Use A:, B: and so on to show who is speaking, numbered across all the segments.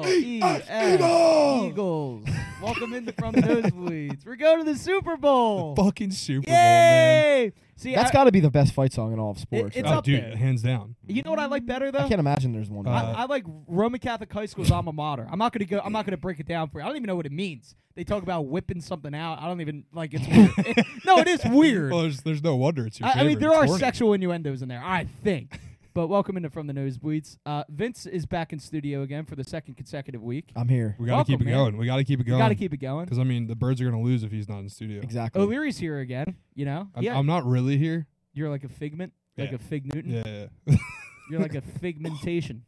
A: E-F
B: Eagles!
A: E Eagles. Welcome into From the Nosebleeds. We're going to the Super Bowl.
C: Fucking Super Bowl, man.
A: Yay! See,
B: That's
A: I-
B: got to be the best fight song in all of sports.
A: it's
C: oh,
A: up
C: dude,
A: there.
C: hands down.
A: you know what I like better though.
B: I can't imagine there's one.
C: Uh,
B: better.
A: I, I like Roman Catholic High School's alma mater. I'm not gonna go. I'm not gonna break it down for you. I don't even know what it means. They talk about whipping something out. I don't even like. It's weird. no, it is weird.
C: Well, there's, there's no wonder it's your
A: I, I
C: favorite.
A: mean, there
C: It's
A: are
C: corny.
A: sexual innuendos in there, I think. but welcome into From the Nosebleeds. Uh, Vince is back in studio again for the second consecutive week.
B: I'm here.
C: We gotta
A: Welcome,
C: keep it
A: man.
C: going. We gotta keep it
A: We
C: going.
A: got to keep it going.
C: Because I mean, the birds are gonna lose if he's not in studio.
B: Exactly.
A: O'Leary's here again. You know,
C: I'm,
A: yeah, Mm.
C: I'm not really here.
A: you're like a figment, like
C: Yeah.
A: a fig Newton.
C: Yeah, yeah, yeah.
A: You're like a figmentation.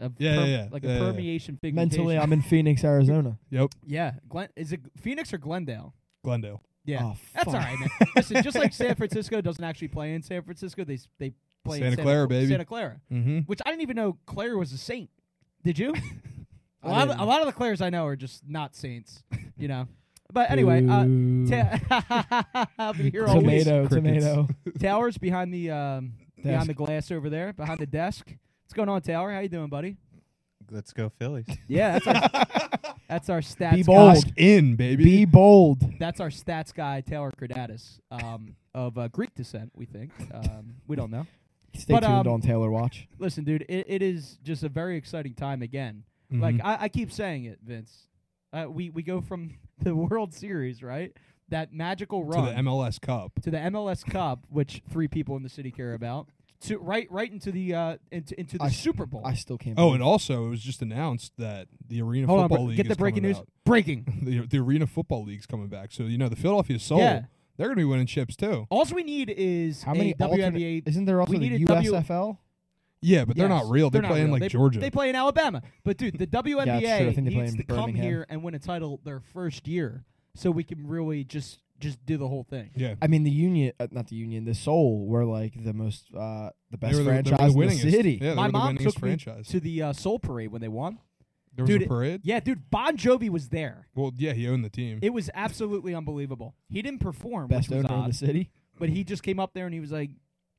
A: Of
C: Yeah,
A: per-
C: yeah, yeah.
A: like
C: Yeah,
A: a
C: yeah, yeah.
A: permeation figmentation.
B: Mentally, I'm in Phoenix, Arizona.
C: yep.
A: yeah. Glen- is it Phoenix or Glendale?
C: Glendale.
A: Yeah,
B: Oh,
A: that's
B: fuck.
A: all right, man. Listen, just like San Francisco doesn't actually play in San Francisco, they s- they play in
C: Santa Clara,
A: Cl-
C: baby.
A: Santa Clara,
C: Mm-hmm.
A: which I didn't even know Clara was a saint. Did you? a,
B: I
A: lot of,
B: didn't.
A: a lot of the Claires I know are just not saints, you know. But anyway, uh, ta- I'll be here all week.
B: tomato,
C: Crickets.
B: tomato.
A: Towers behind the um, behind
B: Desk.
A: the glass over there, behind the desk. What's going on, Tower? How you doing, buddy?
D: Let's go Phillies.
A: Yeah, that's our, that's our stats. guy.
B: Be bold.
C: in, baby.
B: Be bold.
A: That's our stats guy, Taylor Gradatis, um, of uh, Greek descent. We think um, we don't know.
B: Stay
A: But,
B: tuned
A: um,
B: on Taylor Watch.
A: Listen, dude, it, it is just a very exciting time again.
C: Mm-hmm.
A: Like I, I keep saying it, Vince. Uh, we we go from the World Series, right? That magical
C: to
A: run
C: the MLS Cup.
A: to the MLS Cup, which three people in the city care about, to right right into the uh, into into the
B: I s-
A: Super Bowl.
B: I still can't.
C: Oh,
B: believe
C: and also it was just announced that the Arena
A: Hold on,
C: Football
A: bro.
C: League
A: get the
C: is
A: breaking
C: coming
A: news.
C: out.
A: Breaking.
C: The, the Arena Football League's coming back. So you know the Philadelphia Soul,
A: Yeah.
C: they're gonna be winning chips too.
A: All we need is
B: how
A: a
B: many alternate-
C: uh,
A: WNBA.
B: Isn't there also
A: we
B: the
A: need a W-
B: USFL?
C: Yeah, but they're
A: Yes,
C: not real. They're,
A: not
C: playing
A: real.
C: like
A: They-
C: Georgia.
A: They play in Alabama, but dude, the WNBA
B: that's true. I think they play
A: needs
B: in
A: to come
B: Birmingham.
A: here and win a title their first year, so we can really just just do the whole thing.
C: yeah.
B: I mean, the union, uh, not the union, the Soul were like the most, uh,
C: They
B: the best
C: were the- they were
B: franchise in the
C: winningest.
B: city.
C: Yeah, they
A: My
C: were the
A: mom
C: winningest
A: took me
C: franchise.
A: to the uh, Soul Parade when they won.
C: there was
A: dude,
C: a parade.
A: Yeah, dude, Bon Jovi was there.
C: Well, yeah, he owned the team.
A: It was absolutely unbelievable. He didn't perform,
B: Best
A: which was
B: owner in
A: odd,
B: the city.
A: but he just came up there and he was like,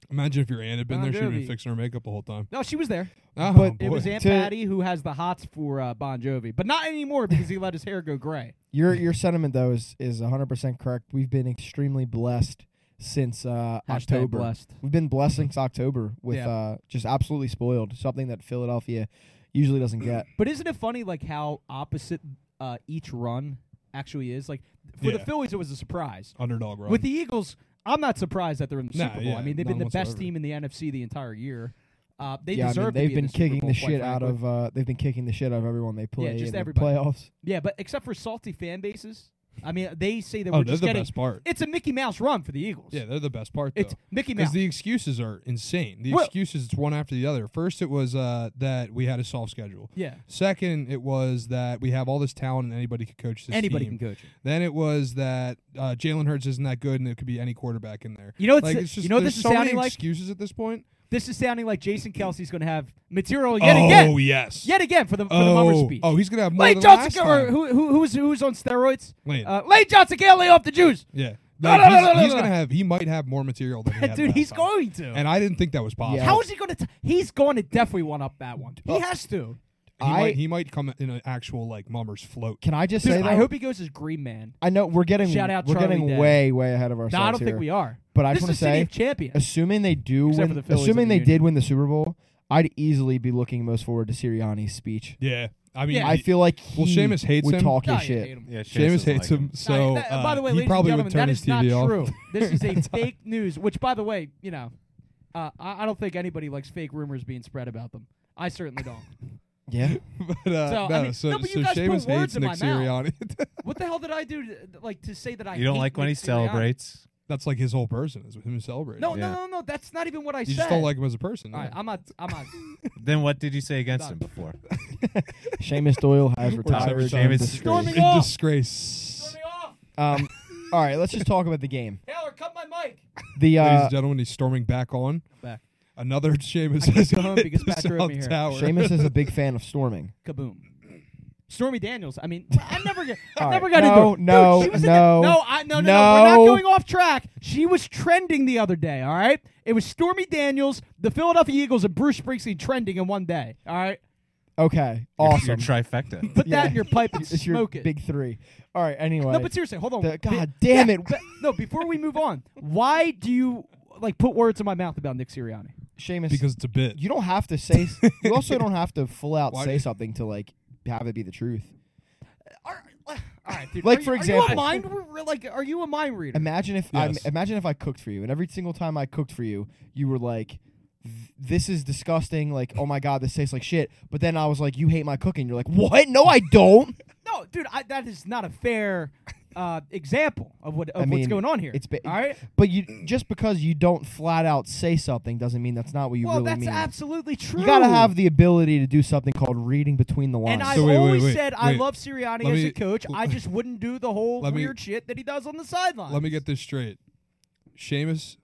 C: Imagine if your aunt had been
A: Bon
C: there, she'd have
A: Jovi.
C: been fixing her makeup the whole time.
A: "No, she was there.
C: Oh,
B: But
C: boy.
A: Oh, It was Aunt
B: To-
A: Patty who has the hots for uh, Bon Jovi, but not anymore because he let his hair go gray."
B: Your your sentiment though is is 100% correct. We've been extremely blessed since uh,
A: Hashtag
B: October.
A: blessed. Mm-hmm.
B: We've been blessed since October with
A: Yeah.
B: uh, just absolutely spoiled. Something that Philadelphia usually doesn't get.
A: But isn't it funny, like how opposite uh, each run actually is? Like for the
C: Yeah.
A: Phillies, it was a surprise.
C: underdog run.
A: With the Eagles, I'm not surprised that they're in the
C: No,
A: Super Bowl. I
C: yeah,
A: mean, they've been the
C: none
A: best
C: whatsoever.
A: team in the NFC the entire year. Uh, they
B: yeah, I mean,
A: deserve. to
B: they've
A: be in
B: been
A: the Super
B: kicking
A: Bowl,
B: the
A: quite
B: shit out
A: frankly.
B: of. Uh, they've been kicking the shit out of everyone they play
A: just
B: in the
A: everybody.
B: playoffs.
A: Yeah, but except for salty fan bases, I mean, they say that
C: oh,
A: we're
C: they're
A: just
C: the
A: getting.
C: best part.
A: It's a Mickey Mouse run for the Eagles.
C: Yeah, they're the best part.
A: it's
C: though.
A: Mickey Mouse.
C: Because the excuses are insane. The
A: Well-
C: excuses, it's one after the other. First, it was uh, that we had a soft schedule.
A: yeah,
C: Second, it was that we have all this talent and anybody could coach this
A: anybody
C: team.
A: can coach it.
C: Then it was that uh, Jalen Hurts isn't that good and it could be any quarterback in there.
A: You know, it's,
C: Like it's just
A: you know, what
C: there's
A: this is
C: so
A: sounding
C: many
A: like.
C: excuses at this point.
A: This is sounding like Jason Kelsey's going to have material yet
C: oh
A: again,
C: yes,
A: yet again for the for the
C: oh,
A: mummer speech.
C: oh, he's gonna have more
A: Lane
C: than
A: Johnson,
C: last
A: or
C: time.
A: who, who, who's, who's on steroids?
C: Lane.
A: Uh, Lane Johnson can't lay off the Jews.
C: yeah,
A: No,
C: Like,
A: no, no,
C: he's,
A: no, no,
C: he's
A: no.
C: gonna have. He might have more material than he had
A: Dude,
C: last
A: he's
C: time.
A: going to.
C: And I didn't think that was possible.
B: Yeah.
A: How is he going to? He's going to definitely one up that one. He has to.
C: he,
B: I-
C: might, he might come in an actual like mummers float.
B: Can I just
A: Dude,
B: say that?
A: I hope he goes as Green Man.
B: I know we're getting
A: Shout out
B: we're
A: Charlie
B: getting
A: Day.
B: way way ahead of ourselves
A: No, I don't
B: here.
A: think we are.
B: But I
A: this
B: just want
A: is
B: to
A: the city
B: say,
A: of champions.
B: assuming they do
A: Except for
B: win,
A: the Phillies
B: assuming
A: and
B: they
A: the
B: did win the Super Bowl, I'd easily be looking most forward to Sirianni's speech.
C: Yeah, I mean,
A: Yeah.
B: I
C: he-
B: feel like he
C: Well, Seamus hates
B: would
C: him.
B: talk
A: No,
B: his
A: you
B: shit.
A: hate him.
D: Yeah,
C: Seamus hates him, so
A: No, that-
C: uh,
A: by the way,
C: he
A: ladies
C: probably
A: and
C: would
A: gentlemen,
C: turn
A: that
C: his
A: is not
C: TV off.
A: true. This is a fake news. Which, by the way, you know, uh, I, I don't think anybody likes fake rumors being spread about them. I certainly don't.
B: Yeah,
C: But, uh,
A: So, I
C: no,
A: mean,
C: so,
A: no, but you
C: so
A: guys put
C: Seamus
A: words
C: hates
A: in
C: Nick
A: my mouth.
C: Sirianni.
A: what the hell did I do? To, like to say that I
D: You don't
A: hate
D: like when he
A: Nick Sirianni?
D: celebrates.
C: That's like his whole person is him celebrating.
A: No,
D: Yeah.
A: no, no, no. That's not even what I
C: you
A: said.
C: just don't like him as a person.
A: All right,
C: yeah.
A: I'm not. I'm not.
D: Then what did you say against
A: Done.
D: him before?
B: Seamus Doyle has retired.
C: sorry,
B: in
D: Seamus.
B: disgrace.
A: Storming
C: in
A: off.
C: disgrace.
B: Um, all right, let's just talk about the game.
A: Taylor, cut my mic.
B: The
C: Ladies and
B: uh,
C: gentlemen, he's storming back on.
A: Back.
C: Another Seamus
A: I can't
C: has
A: go home
C: hit
A: because
C: the
A: Pat drove me
C: South
A: here.
C: Tower.
B: Seamus is a big fan of storming.
A: Kaboom. Stormy Daniels. I mean, I never get. I
B: All
A: never got
B: right. No,
A: into. it.
B: no,
A: Dude, she was
B: no,
A: in the, no, I, no, no, no. We're not
B: no.
A: going off track. She was trending the other day. All right, it was Stormy Daniels, the Philadelphia Eagles, and Bruce Springsteen trending in one day. All right,
B: Okay,
D: Your-
B: awesome.
D: Your trifecta.
A: Put that
B: Yeah.
A: in your pipe and
B: it's
A: smoke
B: your
A: it.
B: big three. All right. Anyway,
A: no, but seriously, hold on.
B: the-
A: Bi-
B: God damn
A: yeah,
B: it!
A: but- no, before we move on, why do you like put words in my mouth about Nick Sirianni?
B: Seamus,
C: because it's a bit.
B: you don't have to say. s- you also don't have to full out
C: Why
B: say
C: do-
B: something to like have it be the truth.
A: All right, all right dude.
B: uh, Like,
A: Are you-
B: for
A: are you a
B: example-
A: mind re- like are you a mind reader?
B: Imagine if
C: Yes.
B: I imagine if I cooked for you, and every single time I cooked for you, you were like, "Th- "This is disgusting." Like, "Oh my god, this tastes like shit." But then I was like, "You hate my cooking." You're like, "What? No, I don't."
A: No, dude, I, that is not a fair uh, example of what of
B: I
A: what's
B: mean,
A: going on here.
B: it's ba-
A: all right.
B: But you just because you don't flat out say something doesn't mean that's not what you
A: well,
B: really
A: that's
B: mean.
A: absolutely true.
B: You gotta have the ability to do something called reading between the lines.
A: And I've
C: So wait, wait,
A: always
C: wait,
A: said I
C: wait.
A: love Sirianni
C: Let
A: as
C: me-
A: a coach. I just wouldn't do the whole
C: Let me-
A: weird shit that he does on the sidelines.
C: Let me get this straight. Seamus,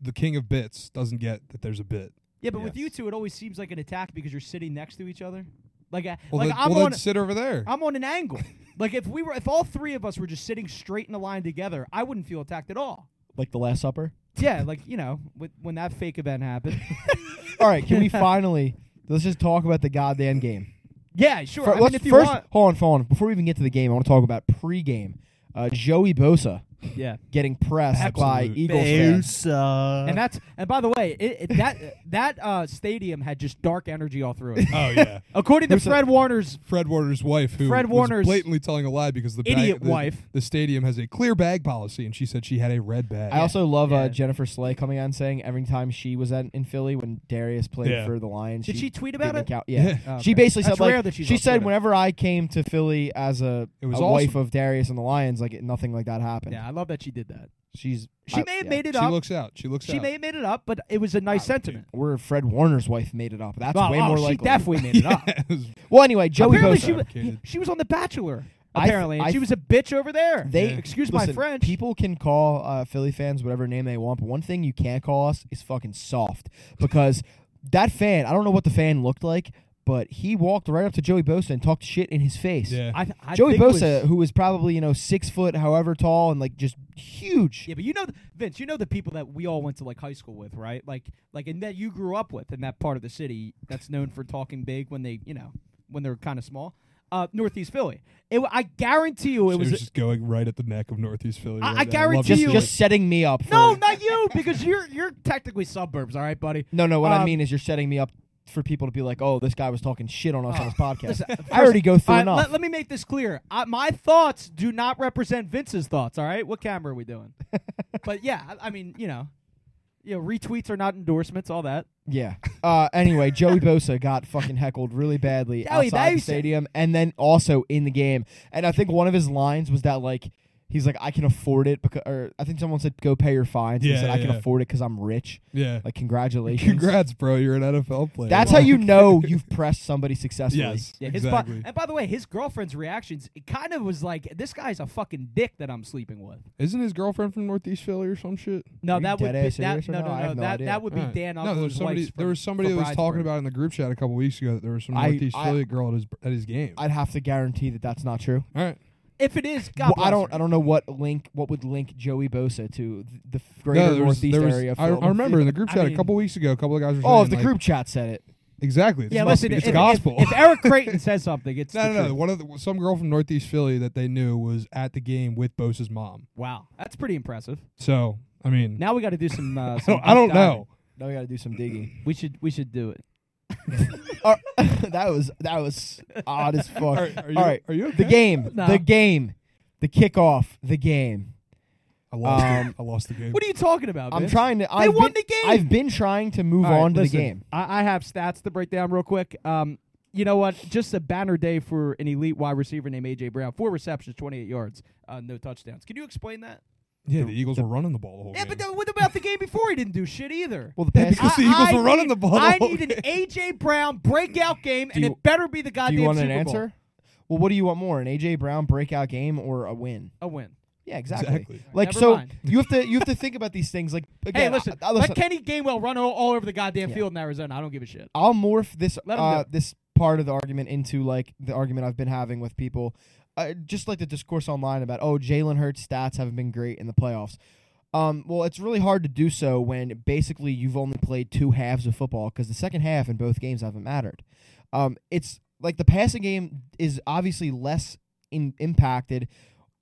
C: the king of bits, doesn't get that there's a bit.
A: Yeah, but with
D: Yes.
A: you two, it always seems like an attack because you're sitting next to each other. Like, I,
C: Well,
A: like
C: then,
A: I'm
C: well,
A: on,
C: then sit over there.
A: I'm on an angle. like if we were, if all three of us were just sitting straight in a line together, I wouldn't feel attacked at all.
B: like the Last Supper.
A: Yeah, like you know, with, when that fake event happened.
B: All right, can we finally let's just talk about the goddamn game?
A: yeah, sure.
B: Fir-
A: I mean,
B: let's
A: if you
B: first
A: want,
B: hold on, hold on. Before we even get to the game, I want to talk about pregame. Uh, Joey Bosa
A: yeah,
B: getting pressed by
C: Absolute
B: Eagles fans.
D: Uh,
A: and that's and by the way, it, it, that that uh, stadium had just dark energy all through it.
C: oh yeah.
A: According to
B: Who's that?
A: Fred Warner's
C: Fred Warner's wife, who
A: Fred
C: was
A: Warner's
C: blatantly telling a lie because the bag-
A: idiot
C: the-
A: wife.
C: the stadium has a clear bag policy, and she said she had a red bag.
B: I also love
A: yeah.
B: uh, Jennifer Slay coming on saying every time she was at, in Philly when Darius played
C: Yeah.
B: for the Lions.
A: Did she tweet about
B: didn't
A: it?
B: count- Yeah.
A: Oh, okay.
B: She basically
A: That's
B: said like
A: rare that she's
B: she
A: on
B: said
A: Twitter.
B: whenever I came to Philly as a,
C: It was
B: a wife of Darius and the Lions, like nothing like that happened.
A: Yeah, I love that she did that.
B: She's
A: She
B: I-
A: may have
B: yeah.
A: made it
C: she
A: up.
C: looks out. She looks
A: She
C: out.
A: may have made it up, but it was a nice sentiment.
B: Where Fred Warner's wife made it up. That's
A: Oh,
B: way
A: oh,
B: more
A: she
B: likely.
A: definitely made it up.
C: It was-
B: Well, anyway, Joey
A: apparently
B: Bosa.
A: she was,
C: Complicated.
A: she was on The Bachelor.
B: I th-
A: Apparently, and
B: I
A: she was a bitch over there.
B: they
A: excuse my
B: listen,
A: French.
B: People can call uh, Philly fans whatever name they want, but one thing you can't call us is fucking soft because that fan. I don't know what the fan looked like, but he walked right up to Joey Bosa and talked shit in his face.
C: yeah.
A: I, I
B: Joey
A: think it
B: Bosa,
A: was-
B: who was probably you know six foot, however tall, and like just huge.
A: yeah, but you know, th- Vince, you know the people that we all went to like high school with, right? Like, like, and that you grew up with in that part of the city that's known for talking big when they, you know, when they're kind of small. Uh, Northeast Philly. It, wa- I guarantee you, it
C: she was,
A: was.
C: just going right at the neck of Northeast Philly.
A: I-
C: right
A: I
C: now.
A: guarantee
C: love to
B: Just
C: see
A: you-
C: it.
B: just setting me up. For,
A: no, not you, because you're you're technically suburbs, all right, buddy.
B: no, no. What I
A: Um,
B: mean is you're setting me up for people to be like, oh, this guy was talking shit on us on his podcast.
A: Listen,
B: I already go through
A: All right,
B: enough.
A: let, let me make this clear. I, my thoughts do not represent Vince's thoughts. All right, what camera are we doing? but yeah, I, I mean, you know, you know, retweets are not endorsements. All that.
B: Yeah. Uh, anyway, Joey Bosa got fucking heckled really badly
A: Joey
B: outside the
A: Bosa.
B: stadium, and then also in the game. And I think one of his lines was that like he's like, "I can afford it," because or I think someone said, "Go pay your fines." he
C: Yeah,
B: said, "I can
C: yeah.
B: afford it because I'm rich."
C: yeah.
B: Like, congratulations.
C: Congrats, bro. You're an NFL player.
B: That's how you know you've pressed somebody successfully.
C: Yes.
A: Yeah, his bu-
C: exactly.
A: and by the way, his girlfriend's reactions it kind of was like, "This guy's a fucking dick that I'm sleeping with."
C: Isn't his girlfriend from Northeast Philly or some shit?
A: No,
B: Are you
A: that would
B: dead
A: be
B: ass
A: that,
B: serious or
A: no,
B: no? I have no
A: that
B: idea.
A: that would be
C: Alright.
A: Dan.
C: no, there was
A: Uncle's
C: somebody.
A: wife's
C: there
A: from-
C: was somebody
A: from
C: that was talking
A: Bridesburg.
C: about it in the group chat a couple weeks ago. That there was some
B: I-
C: Northeast
B: I-
C: Philly girl at his at his game.
B: I'd have to guarantee that that's not true.
C: All right.
A: If it is, God
B: Well,
A: bless
B: I don't.
A: her.
B: I don't know what link. What would link Joey Bosa to th- the f-
C: No,
B: greater
C: there was-
B: northeast
C: there was-
B: area? of
C: I, I
B: Philadelphia.
C: remember in the group
A: I
C: chat a
A: mean-
C: couple weeks ago, a couple of guys were saying,
B: Oh, if the
C: like-
B: group chat said it.
C: exactly. This
A: Yeah,
C: must
A: listen.
C: be-
A: If,
C: it's
A: if-
C: gospel.
A: if Eric Creighton says something, it's
C: no,
A: the
C: no, no.
A: truth.
C: One of the, some girl from Northeast Philly that they knew was at the game with Bosa's mom.
A: Wow, that's pretty impressive.
C: So I mean,
A: Now we got to do some. Uh,
C: I
A: some
C: don't, I don't
A: deep diving.
C: know.
B: Now we got to do some digging.
A: We should we should do it.
B: All right. that was that was odd as fuck. All
C: Are,
B: right,
C: are you, Are you okay?
B: the game,
A: No.
B: the game, the kickoff, the game.
C: I lost.
B: Um,
C: the, I lost the game.
A: What are you talking about?
B: I'm
A: Vince?
B: trying to. I've
A: won
B: been,
A: the game!
B: I've been trying to move
A: All right,
B: on to
A: listen,
B: the game.
A: I, I have stats to break down real quick. Um, you know what? Just a banner day for an elite wide receiver named AJ Brown. Four receptions, 28 yards, uh, no touchdowns. Can you explain that?
C: yeah, the Eagles were running the ball the whole
A: Yeah,
C: game.
A: but th- what about the game before? He didn't do shit either.
B: Well, the pass.
C: because the Eagles were running
A: need-
C: the ball the
A: I
C: whole
A: need an AJ Brown breakout game, and
B: you-
A: it better be the
B: do
A: goddamn
B: you want
A: Super
B: an
A: Bowl.
B: answer? Well, what do you want more, an AJ Brown breakout game or a win?
A: A win.
B: Yeah, exactly.
C: exactly.
B: Like
A: Never
B: so,
A: mind.
B: you have to you have to think about these things. Like
A: Hey,
B: again,
A: listen,
B: I, I, listen
A: Let Kenny Gainwell run all, all over the goddamn
B: Yeah.
A: field in Arizona. I don't give a shit.
B: I'll morph this
A: Let 'em
B: uh,
A: do
B: this part of the argument into like the argument I've been having with people, uh, just like the discourse online about oh Jalen Hurts stats haven't been great in the playoffs. Um, well, it's really hard to do so when basically you've only played two halves of football because the second half in both games haven't mattered. Um, it's like the passing game is obviously less in, impacted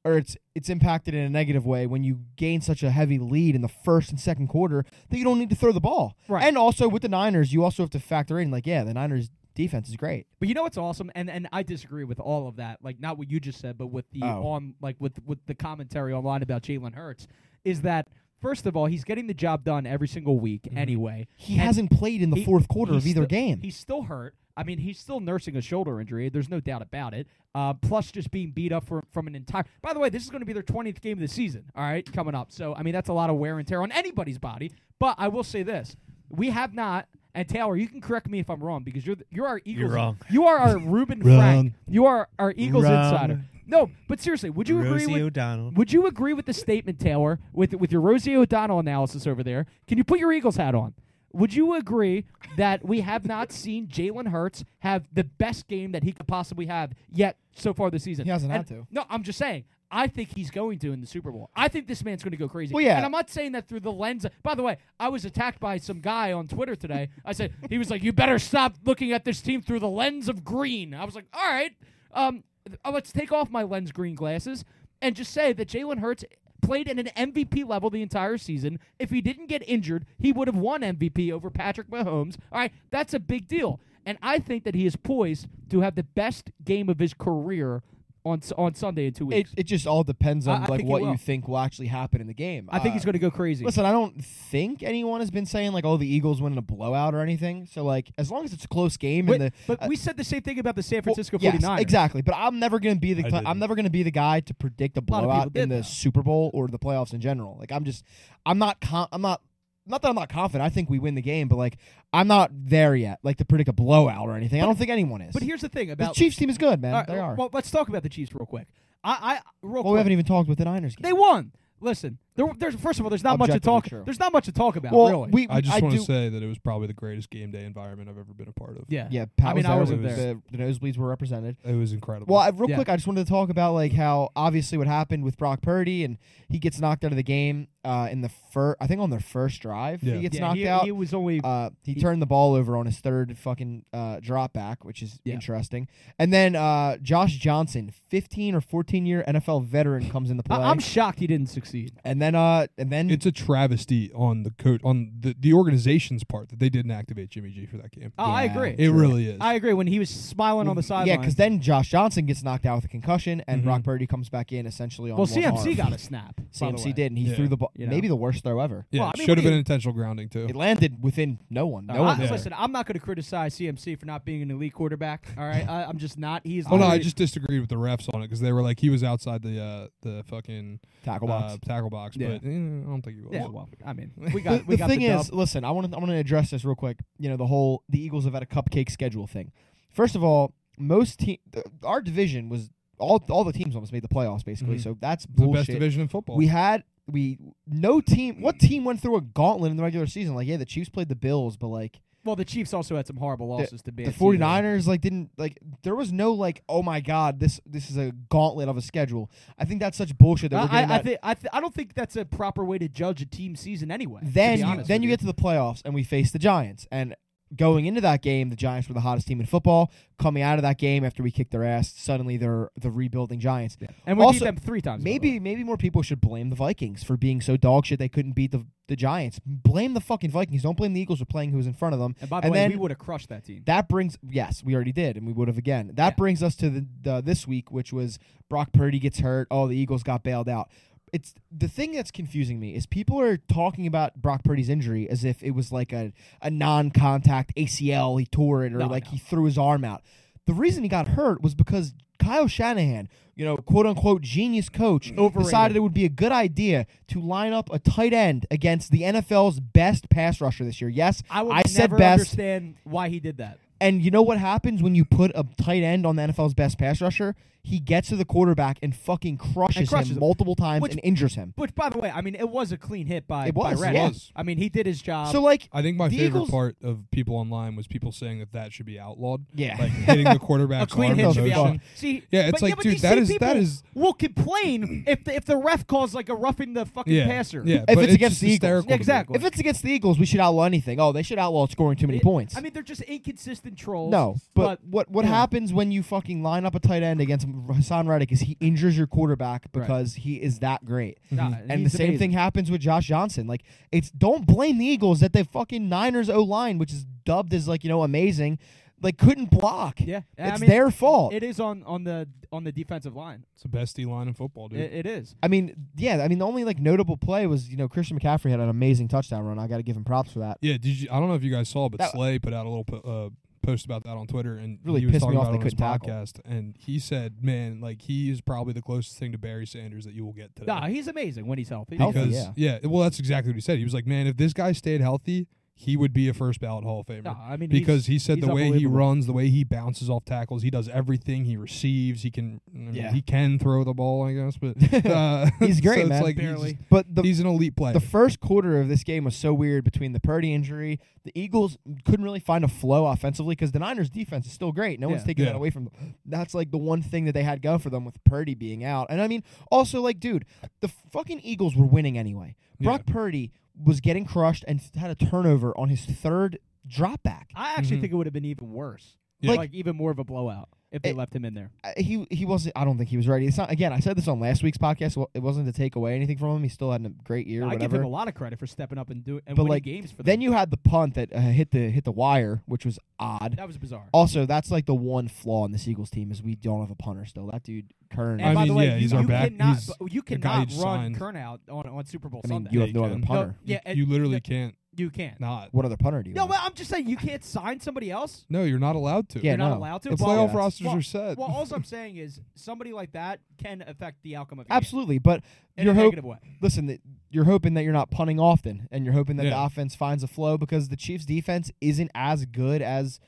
B: or it's it's impacted in a negative way when you gain such a heavy lead in the first and second quarter that you don't need to throw the ball.
A: Right.
B: And also with the Niners, you also have to factor in like yeah, the Niners defense is great.
A: But you know what's awesome, and and I disagree with all of that. Like not what you just said, but with the
B: Oh.
A: on like with with the commentary online about Jalen Hurts is that first of all he's getting the job done every single week anyway.
B: Mm-hmm. He
A: And
B: hasn't played in the
A: he-
B: fourth quarter
A: he's
B: of either
A: still-
B: game.
A: He's still hurt. I mean, he's still nursing a shoulder injury. There's no doubt about it. Uh, plus, just being beat up for, from an entire. By the way, this is going to be their 20th game of the season. All right, coming up. So, I mean, that's a lot of wear and tear on anybody's body. But I will say this: we have not. And Taylor, you can correct me if I'm wrong because you're the, you're our Eagles.
D: wrong.
A: You are our Ruben
D: Wrong.
A: Frank. You are our Eagles
D: Wrong.
A: insider. No, but seriously, would you
D: Rosie
A: agree with?
D: O'Donnell.
A: Would you agree with the statement, Taylor, with with your Rosie O'Donnell analysis over there? Can you put your Eagles hat on? Would you agree that we have not seen Jalen Hurts have the best game that he could possibly have yet so far this season?
B: He hasn't
A: And-
B: had to.
A: No, I'm just saying. I think he's going to in the Super Bowl. I think this man's going to go crazy.
B: Well, yeah.
A: And I'm not saying that through the lens. Of, by the way, I was attacked by some guy on Twitter today. I said he was like, "You better stop looking at this team through the lens of green." I was like, "All right, um, th- oh, let's take off my lens green glasses and just say that Jalen Hurts played at an MVP level the entire season. If he didn't get injured, he would have won MVP over Patrick Mahomes. All right, that's a big deal. And I think that he is poised to have the best game of his career on s- on Sunday in two
B: It,
A: weeks.
B: it just all depends on
A: I- I
B: like
A: think he
B: what
A: will.
B: you think will actually happen in the game.
A: I think
B: Uh,
A: he's going to go crazy.
B: Listen, I don't think anyone has been saying like, "Oh, the Eagles win in a blowout" or anything. So like, as long as it's a close game,
A: Wait,
B: and the,
A: but
B: uh,
A: we said the same thing about the San
B: well,
A: Francisco
B: yes,
A: 49ers.
B: exactly. But I'm never gonna be the
C: I
B: cl-
C: didn't.
B: I'm never gonna be the guy to predict
A: lot
B: a
A: of people
B: blowout in
A: did,
B: the
A: though.
B: Super Bowl or the playoffs in general. Like I'm just, I'm not, con- I'm not, not that I'm not confident. I think we win the game, but like I'm not there yet, like to predict a blowout or anything. I don't think anyone is.
A: But here's the thing
B: the
A: about
B: Chiefs team is good, man.
A: All right,
B: they are. Well,
A: Well, let's talk about the Chiefs real quick. I, I real
B: we
A: quick.
B: haven't even talked with the Niners game.
A: They won. Listen, there, there's first of all, there's not much to
B: Objectively
A: talk.
B: true.
A: There's not much to talk about.
B: well,
A: really.
B: we,
C: I just
B: I
C: want
B: do,
C: to say that it was probably the greatest game day environment I've ever been a part of.
A: yeah.
B: yeah. Pat
A: I mean,
B: was
A: I
B: there.
A: wasn't
B: the-
A: there.
B: the nosebleeds were represented.
C: It was incredible.
B: Well, I, real
A: Yeah.
B: quick, I just wanted to talk about like how obviously what happened with Brock Purdy and he gets knocked out of the game uh, in the first. I think on their first drive,
C: Yeah.
B: he gets
A: Yeah,
B: knocked
A: he,
B: out.
A: He was only.
B: uh, he,
A: he-
B: turned the ball over on his third fucking uh, drop back, which is
A: Yeah.
B: interesting. And then uh, Josh Johnson, fifteen or fourteen year NFL veteran, comes into play.
A: I, am shocked he didn't succeed.
B: and then uh, and then
C: it's a travesty on the coach on the, the organization's part that they didn't activate Jimmy G for that game.
A: Oh, I
B: Yeah.
A: agree.
C: it really is.
A: I agree. When he was smiling on the sideline. Mm-hmm.
B: yeah, because then Josh Johnson gets knocked out with a concussion, and Brock Purdy comes back in essentially on.
A: well,
B: one arm.
A: CMC got a snap. by the way.
B: CMC did, and he
C: Yeah.
B: threw the ball.
A: You know.
B: Maybe the worst throw ever.
C: yeah,
A: well, I mean,
C: should
A: what
C: have
A: do
C: been
A: you-
C: intentional grounding too.
B: It landed within no one. No
A: Uh,
B: one.
A: I-
C: there.
A: listen, I'm not going to criticize CMC for not being an elite quarterback. All right, I, I'm just not. He's.
C: Oh no, I
A: literally-
C: just disagreed with the refs on it because they were like he was outside the uh, the fucking
B: tackle box.
C: uh, tackle box,
A: Yeah.
C: but eh, I don't think he was.
A: Yeah, well, I mean, we
B: The-
A: got. we
B: the
A: got
B: thing
A: the dub.
B: is, listen, I want to I want to address this real quick. You know, the whole the Eagles have had a cupcake schedule thing. First of all, most team th- our division was all all the teams almost made the playoffs basically.
A: Mm-hmm.
C: Mhm.
B: So that's
C: the
B: bullshit.
C: best division in football.
B: We had we no team. What team went through a gauntlet in the regular season? Like, yeah, the Chiefs played the Bills, but like
A: well, the Chiefs also had some horrible losses to
B: the
A: bad teams.
B: 49ers like didn't like there was no like oh my god this this is a gauntlet of a schedule. I think that's such bullshit that we're
A: I,
B: getting
A: I, I
B: that-
A: think I, th- I don't think that's a proper way to judge a team season anyway.
B: then
A: to be
B: you,
A: honest
B: then
A: with
B: you get to the playoffs and we face the Giants and going into that game the Giants were the hottest team in football coming out of that game after we kicked their ass suddenly they're the rebuilding Giants
A: and we beat
B: also-
A: them three times. by the way.
B: maybe maybe more people should blame the Vikings for being so dog shit they couldn't beat the the Giants blame the fucking Vikings don't blame the Eagles for playing who was in front of them
A: And by the
B: and
A: way, we
B: then-
A: would have crushed that team.
B: that brings yes we already did and we would have again that
A: Yeah.
B: brings us to the, the this week which was brock purdy gets hurt oh the eagles got bailed out it's the thing that's confusing me is people are talking about brock purdy's injury as if it was like a, a non-contact acl he tore it or
A: No,
B: like
A: no.
B: he threw his arm out the reason he got hurt was because kyle shanahan you know quote unquote genius coach
A: Mm, Overrated.
B: decided it would be a good idea to line up a tight end against the nfl's best pass rusher this year yes
A: I will
B: I
A: never
B: said best
A: understand why he did that.
B: and you know what happens when you put a tight end on the NFL's best pass rusher? He gets to the quarterback and fucking crushes,
A: And crushes
B: him,
A: him.
B: multiple times
A: Which-
B: and injures him.
A: Which, by the way, I mean, it was a clean hit by
B: It
A: by
B: was,
A: Redd.
B: yeah.
C: Was.
A: I mean, he did his job.
B: So like,
C: I think my
B: The
C: favorite
B: Eagles-
C: part of people online was people saying that that should be outlawed.
B: yeah,
C: Like hitting the quarterback's
A: a clean
C: arm
A: hit
C: in
A: should be
C: motion.
A: out. See, see.
C: Yeah, it's
A: but,
C: like,
A: but
C: dude,
A: you
C: that
A: see
C: is-
A: people
C: that is-
A: will complain if the, if the ref calls like a roughing the fucking
C: yeah,
A: passer.
C: Yeah,
B: If
C: but
B: it's
C: just
B: against the Eagles.
C: hysterical to me.
A: Exactly.
B: If it's against the Eagles, we should outlaw anything. Oh, they should outlaw scoring too many
A: It-
B: points.
A: I mean, they're just inconsistent trolls.
B: no, but, what what
A: yeah.
B: happens when you fucking line up a tight end against Hassan Reddick is he injures your quarterback
A: Right.
B: because he is that great.
C: Mhm.
A: nah,
B: Mhm. And
A: he's
B: the same
A: amazing.
B: thing happens with Josh Johnson. Like it's don't blame the Eagles that the fucking Niners O line, which is dubbed as like you know amazing, like couldn't block.
A: Yeah, I
B: it's
A: mean,
B: their fault.
A: It is on on the on the defensive line.
C: It's the best D line in football, dude.
A: It, it is.
B: I mean, yeah. I mean, the only like notable play was you know Christian McCaffrey had an amazing touchdown run. I got to give him props for that.
C: yeah, did you? I don't know if you guys saw, but
B: That-
C: Slay put out a little po- uh, post about that on Twitter, and
B: Really
C: he was
B: pissed me
C: talking
B: off
C: about
B: they
C: it on his
B: couldn't tackle.
C: podcast, and he said, "Man, like he is probably the closest thing to Barry Sanders that you will get today."
A: Nah, he's amazing when he's healthy.
B: Healthy,
C: uh, because
B: yeah.
C: well, that's exactly what he said. He was like, "Man, if this guy stayed healthy, he would be a first ballot Hall of Famer."
A: Nah, I mean,
C: because he said
A: he's
C: the way he
A: unbelievable.
C: runs, the way he bounces off tackles, he does everything. He receives. He can. I mean,
A: Yeah.
C: He can throw the ball, I guess. But uh,
B: He's great,
C: so it's
B: man.
C: Like
A: Barely.
C: He's, just-
B: But the
C: he's an elite player.
B: the first quarter of this game was so weird between the Purdy injury, the Eagles couldn't really find a flow offensively because the Niners' defense is still great. No one's
A: Yeah.
B: taking
C: Yeah.
B: that away from them. That's like the one thing that they had going for them with Purdy being out. And I mean, also like, dude, the fucking Eagles were winning anyway. Brock Purdy was getting crushed and had a turnover on his third dropback.
A: I actually
C: Mhm.
A: think it would have been even worse.
C: Yeah.
A: Like, even more of a blowout if they
B: It-
A: left him in there.
B: I- he he wasn't. I don't think he was ready. It's not. Again, I said this on last week's podcast. Well, it wasn't to take away anything from him. He still had a great year.
A: I give
B: whatever.
A: him a lot of credit for stepping up and doing and
B: But,
A: winning
B: like,
A: games for them.
B: then you had the punt that uh, hit the hit the wire, which was odd.
A: that was bizarre.
B: Also, that's like the one flaw in the Eagles team is we don't have a punter still. That dude Kern.
A: and
C: I
A: by the
C: mean,
A: way,
C: yeah,
A: you,
C: he's
A: you
C: our back-
A: cannot
C: he's
A: you
C: guy you
A: cannot
C: just
A: run
C: signed.
A: Kern out on, on Super Bowl
B: I mean,
A: Sunday.
B: you
C: Yeah,
B: have
C: you
B: no
C: can.
B: other
C: No,
B: punter.
A: yeah, and-
C: you literally
A: yeah,
C: can't.
A: you can't.
C: Not.
B: What other punter do you?
A: No,
B: have?
A: but I'm just saying you can't sign somebody else.
C: No, you're not allowed to.
B: Yeah,
A: You're not
B: no.
A: allowed to.
C: The
A: Well,
C: playoff
B: yeah.
C: rosters
A: well,
C: are set.
A: Well, all I'm saying is somebody like that can affect the outcome of a game
B: absolutely. But
A: in
B: you're
A: a
B: hope.
A: negative way.
B: Listen, that you're hoping that you're not punting often, and you're hoping that the
C: Yeah.
B: offense finds a flow because the Chiefs' defense isn't as good as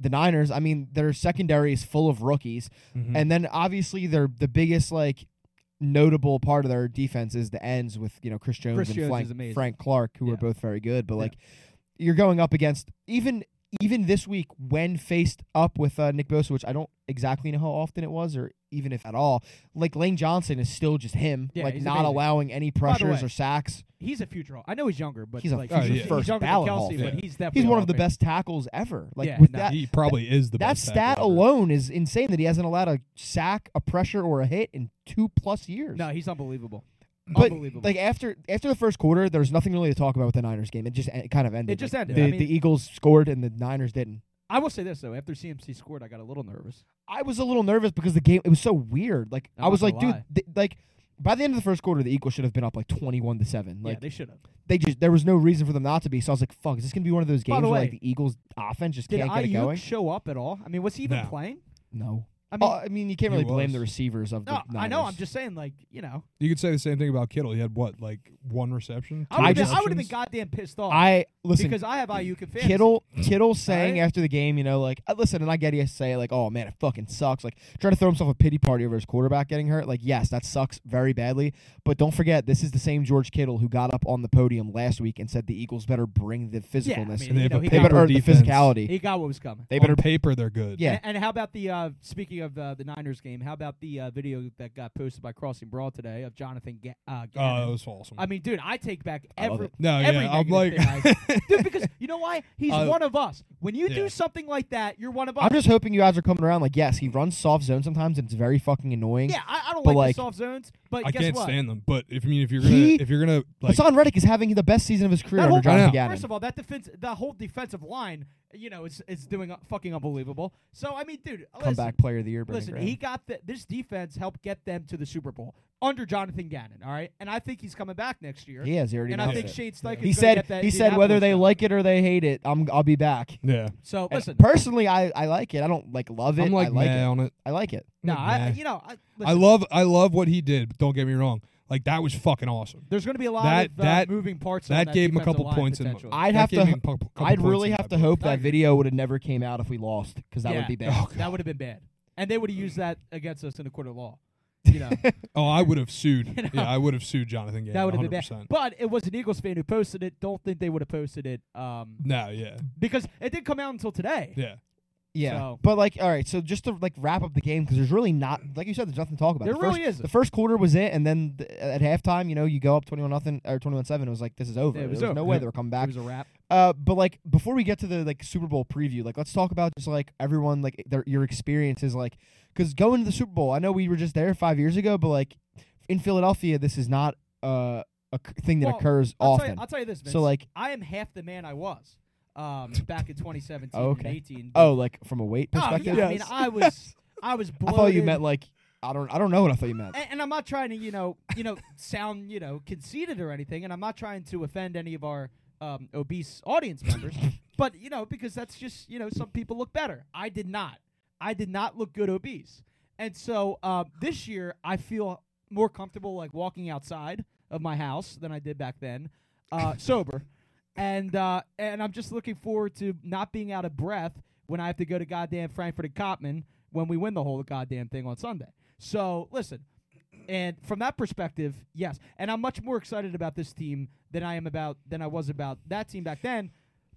B: the Niners. I mean, their secondary is full of rookies,
A: Mm-hmm.
C: Mhm.
B: and then obviously their the biggest like notable part of their defense is the ends with you know Chris Jones
A: Chris
B: and
A: Jones
B: Frank,
A: is amazing.
B: Frank Clark, who
A: Yeah.
B: are both very good. But
A: Yeah.
B: like you're going up against even even this week when faced up with uh, Nick Bosa, which I don't exactly know how often it was or even if at all. Like Lane Johnson is still just him,
A: Yeah,
B: like
A: he's
B: not
A: amazing.
B: allowing any
A: the
B: pressures
A: way,
B: or sacks.
A: He's a future. Hall- I know he's younger, but
B: He's a
A: like,
C: future
A: he's-
C: first
A: he's younger
B: ballot
A: than
B: Hall
A: Kelsey,
C: of
A: but
C: Famer.
A: he's definitely
B: He's
A: a
B: one
A: Hall
B: of the
A: Famer.
B: best tackles ever. Like
A: Yeah,
B: with
A: no,
B: that
C: he probably is the
B: that
C: best tackle
B: stat
C: ever.
B: alone is insane that he hasn't allowed a sack, a pressure, or a hit in two plus years.
A: No, he's unbelievable.
B: But,
A: unbelievable.
B: like after after the first quarter, there was nothing really to talk about with the Niners game. It just en- kind of ended.
A: It just
B: Like,
A: ended.
B: The,
A: I mean-
B: the Eagles scored and the Niners didn't.
A: I will say this though, after CMC scored, I got a little nervous.
B: I was a little nervous because the game it was so weird. Like
A: I'm
B: I
A: not
B: was
A: gonna
B: like,
A: lie.
B: dude, th- like by the end of the first quarter, the Eagles should have been up like twenty-one to seven. Like
A: yeah, they should have.
B: they just there was no reason for them not to be. So I was like, fuck, is this gonna be one of those
A: By
B: games
A: the
B: where
A: way,
B: like the Eagles offense just
A: Did
B: can't get it
A: Ayuk
B: going? Oh,
A: show up at all? I mean, was he even
C: No.
A: playing?
B: No.
A: I
B: I
A: mean,
B: mean, I mean, you can't
C: He
B: really blame
C: was.
B: the receivers of the.
A: no, I know. I'm
B: Niners.
A: just saying, like, you know,
C: You could say the same thing about Kittle. He had what, like one reception?
A: I
C: Two
A: would have
B: just-
A: been, I would've been
C: receptions?
A: goddamn pissed off
B: I listen.
A: because I have Ayuk in fantasy.
B: Kittle, Kittle saying
A: Alright.
B: after the game, you know, like uh, listen, and I get he say like, oh man, it fucking sucks. Like trying to throw himself a pity party over his quarterback getting hurt. Like yes, that sucks very badly. But don't forget, this is the same George Kittle who got up on the podium last week and said the Eagles better bring the
A: Yeah, I
B: physicalness.
A: mean,
C: And
A: you
C: they have
A: know,
C: a
A: he
B: they
A: got-
B: better earn the
C: defense.
B: physicality.
A: He got what was coming.
B: they
C: On
B: better.
C: paper, they're good.
B: Yeah.
A: And, and how about the uh, speaking of uh, the Niners game? How about the uh, video that got posted by Crossing Broad today of Jonathan? Ga- uh,
C: Oh,
A: Gannon?
C: that was awesome.
A: I mean, dude, I take back
B: I love
A: every
B: it.
C: no,
A: every
C: yeah, I'm like,
A: negative thing I- dude because you know why he's
C: Uh,
A: one of us. When you do
C: yeah.
A: something like that, you're one of us.
B: I'm just hoping you guys are coming around. Like yes, he runs soft zone sometimes, and it's very fucking annoying.
A: yeah, I, I don't
B: but
A: like,
B: like-
A: the soft zones, but
C: I
A: guess
C: can't
A: what?
C: stand them. But if I mean, if you're gonna,
B: He-
C: if you're gonna, like,
B: Hassan Reddick is having the best season of his career
A: That
B: under
A: whole,
B: Jonathan
C: I
B: Gannon.
A: first of all, that defense, the whole defensive line, you know, is is doing uh, fucking unbelievable. So I mean, dude, listen,
B: Comeback player of the year. Brandon
A: listen,
B: Graham.
A: he got the, this defense helped get them to the Super Bowl under Jonathan Gannon. All right, and I think he's coming back next year.
B: he has he already.
A: and I
B: announced
A: think
B: it.
A: Shane Steichen's
B: he
A: gonna
B: said
A: get that
B: he said whether
A: Indianapolis
B: they
A: job.
B: like it or they hate it, I'm I'll be back.
C: yeah,
A: So
B: And
A: listen,
B: personally, I, I like it. I don't like love it.
C: I'm
B: I
C: like,
B: like
C: nah
B: it.
C: on it.
B: I like it.
A: no, I
C: Nah.
A: you know, I,
C: I
A: listen,
C: love, I love what he did. But don't get me wrong, like that was fucking awesome.
A: there's going to be a lot
C: that-
A: of uh,
C: that-
A: moving parts. on
C: that gave him a
A: defensive
C: couple
A: line,
C: points in-
A: potentially.
B: I'd
C: That
B: have
C: gave
B: to.
C: me a cou- couple
B: I'd
C: points
B: really
C: in
B: have
C: my
B: to hope
A: I
B: that
A: agree.
B: video would have never came out if we lost because that
A: Yeah.
B: would be bad.
C: Oh,
A: that would have been bad, and they would have used that against us in a court of law. You know,
C: Oh, I would have sued.
A: You know?
C: Yeah, I would have sued Jonathan Gannon.
A: that would have
C: 100%.
A: been bad. But it was an Eagles fan who posted it. Don't think they would have posted it um,
C: No, yeah,
A: because it didn't come out until today.
C: yeah.
B: Yeah,
A: So-
B: but like, all right. So just to like wrap up the game because there's really not, like you said, there's nothing to talk about.
A: There
B: The first-
A: really isn't.
B: The first quarter was it, and then th- at halftime, you know, you go up twenty-one nothing or twenty-one-seven. It was like this is over.
A: Yeah, it was
B: There's
A: over.
B: no way
A: Yeah.
B: they were coming
A: It
B: back.
A: was a wrap.
B: Uh, but like before we get to the like Super Bowl preview, like let's talk about just like everyone like their your experiences like because going to the Super Bowl. I know we were just there five years ago, but like in Philadelphia, this is not uh, a c- thing that
A: Well,
B: occurs
A: I'll
B: often.
A: Tell you, I'll tell you this, Vince.
B: so like
A: I am half the man I was um, back in 2017
B: Oh, okay.
A: and 18. but-
B: oh, like from a weight
A: Oh,
B: perspective.
A: yeah, I mean, I was, I was
B: I
A: bloated.
B: thought you meant like I don't I don't know what I thought you meant.
A: and, and I'm not trying to, you know, you know, sound, you know, conceited or anything, and I'm not trying to offend any of our um, obese audience members, but you know, because that's just, you know, some people look better. I did not. I did not look good obese, and so um, this year I feel more comfortable like walking outside of my house than I did back then, uh, sober, and uh, and I'm just looking forward to not being out of breath when I have to go to goddamn Frankfurt and Copman when we win the whole goddamn thing on Sunday. So listen, and from that perspective, yes. And I'm much more excited about this team than I am about than I was about that team back then,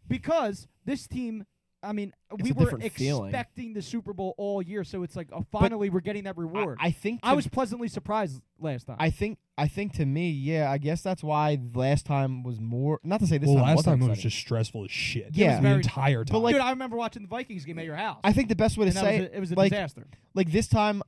A: because this team. I mean, we
B: a
A: were
B: different feeling.
A: expecting the Super Bowl all year, so it's like, oh, finally, we're getting that
B: I,
A: reward.
B: I think
A: I
B: to-
A: was pleasantly surprised last time.
B: I think I think to me, yeah, I guess that's why last time was more. Not to say this
C: well,
B: time
C: last time
B: wasn't
C: it was
B: exciting.
C: just stressful as shit.
B: Yeah. It was
C: the
A: very-
C: entire time.
B: But, like-
A: Dude, I remember watching the Vikings game at your house.
B: I think the best way to
A: and that
B: say
A: was a, it was a
B: like,
A: disaster.
B: like this time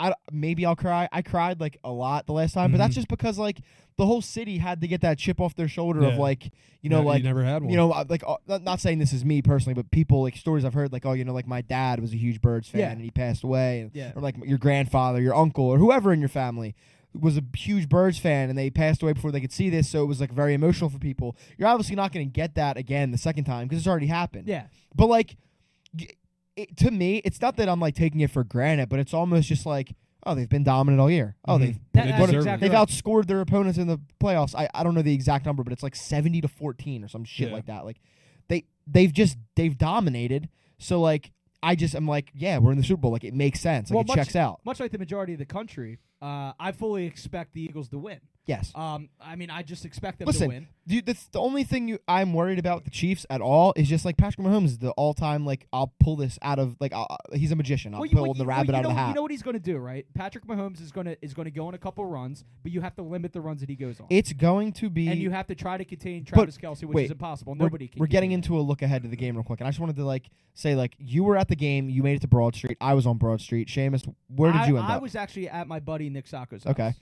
B: I maybe I'll cry. I cried like a lot the last time, but that's
C: Mhm.
B: just because like the whole city had to get that chip off their shoulder of
C: Yeah.
B: like you know
C: Ne-
B: like
C: you never had one.
B: you know uh, like uh, not, not saying this is me personally, but people like stories I've heard like oh you know like my dad was a huge Birds fan
A: Yeah.
B: and he passed away, and,
A: Yeah.
B: or like your grandfather, your uncle, or whoever in your family was a huge Birds fan and they passed away before they could see this, so it was like very emotional for people. You're obviously not going to get that again the second time because it's already happened.
A: Yeah,
B: But like, y- it, to me, it's not that I'm like taking it for granted, but it's almost just like, oh, they've been dominant all year. Oh,
C: Mhm.
B: they've
A: That- that's
C: They deserve it.
A: exactly
B: they've
A: right.
B: outscored their opponents in the playoffs. I, I don't know the exact number, but it's like seventy to fourteen or some shit
C: Yeah.
B: like that. Like they they've just they've dominated. So like I just I'm like, yeah, we're in the Super Bowl. Like it makes sense. Like
A: Well,
B: it
A: much-
B: checks out.
A: much like the majority of the country. Uh, I fully expect the Eagles to win.
B: Yes.
A: Um, I mean, I just expect them to win.
B: Listen, dude, that's the only thing you I'm worried about the Chiefs at all is just like Patrick Mahomes is the all time like I'll pull this out of like I'll, he's a magician. I'll
A: Well, you-
B: pull
A: well,
B: the
A: you- well,
B: rabbit
A: you
B: out of
A: know-
B: the hat.
A: You know what he's going to do, right? Patrick Mahomes is going to is going to go on a couple runs, but you have to limit the runs that he goes on,
B: It's going to be.
A: and you have to try to contain Travis Kelsey, which
B: wait,
A: is impossible.
B: we're-
A: Nobody can.
B: We're getting
A: contain him.
B: into a look ahead to the game real quick, and I just wanted to like say like you were at the game, you made it to Broad Street. I was on Broad Street. Seamus, where did
A: I,
B: you end
A: I
B: up?
A: was actually at my buddy Nick Sacco's.
B: Okay.
A: house.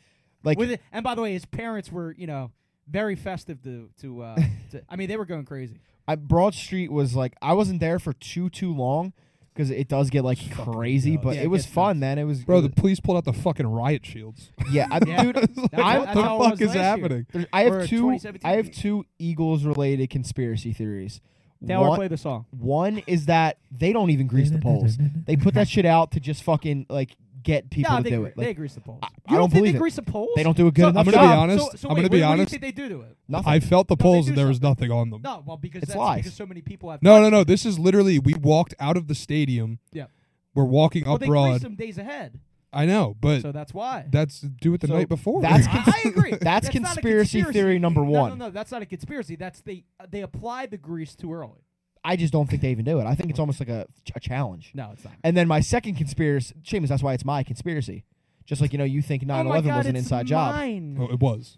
B: like
A: With it, and by the way, his parents were you know very festive to to. Uh, to I mean, they were going crazy.
B: I, Broad Street was like I wasn't there for too too long because it does get like
C: It's fucking
B: crazy,
C: nuts.
B: but
A: Yeah,
B: it
A: it
B: was
A: gets
B: fun, man. It was
C: bro,
B: it
C: the
B: was-
C: police pulled out the fucking riot shields.
B: yeah, I,
A: Yeah.
B: dude.
C: It's like,
A: That's how-
C: what
A: that's
C: the
A: how it
C: fuck
A: was
C: is
A: last year.
C: happening?
B: there's- I
A: Or
B: have two.
A: 2017.
B: I have two Eagles related conspiracy theories.
A: They all
B: One-
A: play the song.
B: One is that they don't even grease the polls. They put that shit out to just fucking like get people
A: no,
B: to
A: they,
B: do
A: gre-
B: it. Like,
A: they grease the polls.
B: I-
A: you
B: I don't
A: think
B: believe
A: they
B: it.
A: grease the polls.
B: they don't do a good
A: So-
B: enough
C: I'm
B: job.
C: gonna be honest.
A: So, so
C: I'm
A: wait,
C: gonna be
A: what-
C: honest.
A: What do you think they do to it?
B: Nothing.
C: I felt the
A: No, they
C: polls
A: do
C: and there was nothing on them.
A: No, well, because
B: It's
A: that's
B: lies.
A: because so many people have.
C: No, no, no. This is literally we walked out of the stadium.
A: Yeah.
C: We're walking
A: Well,
C: up
A: they
C: broad.
A: grease them days ahead,
C: I know, but
A: so that's why.
C: that's do it the
B: So
C: night before.
B: that's
C: really.
B: con-
A: I agree.
B: That's,
A: not a
B: conspiracy, theory number
A: No,
B: one.
A: No, no, that's not a conspiracy. That's they uh, they apply the grease too early.
B: I just don't think they even do it. I think it's almost like a, a challenge.
A: No, it's not.
B: And then my second conspiracy, Seamus, that's why it's my conspiracy. Just like, you know, you think
A: Oh
B: 9 11 was an inside job.
C: oh, it was.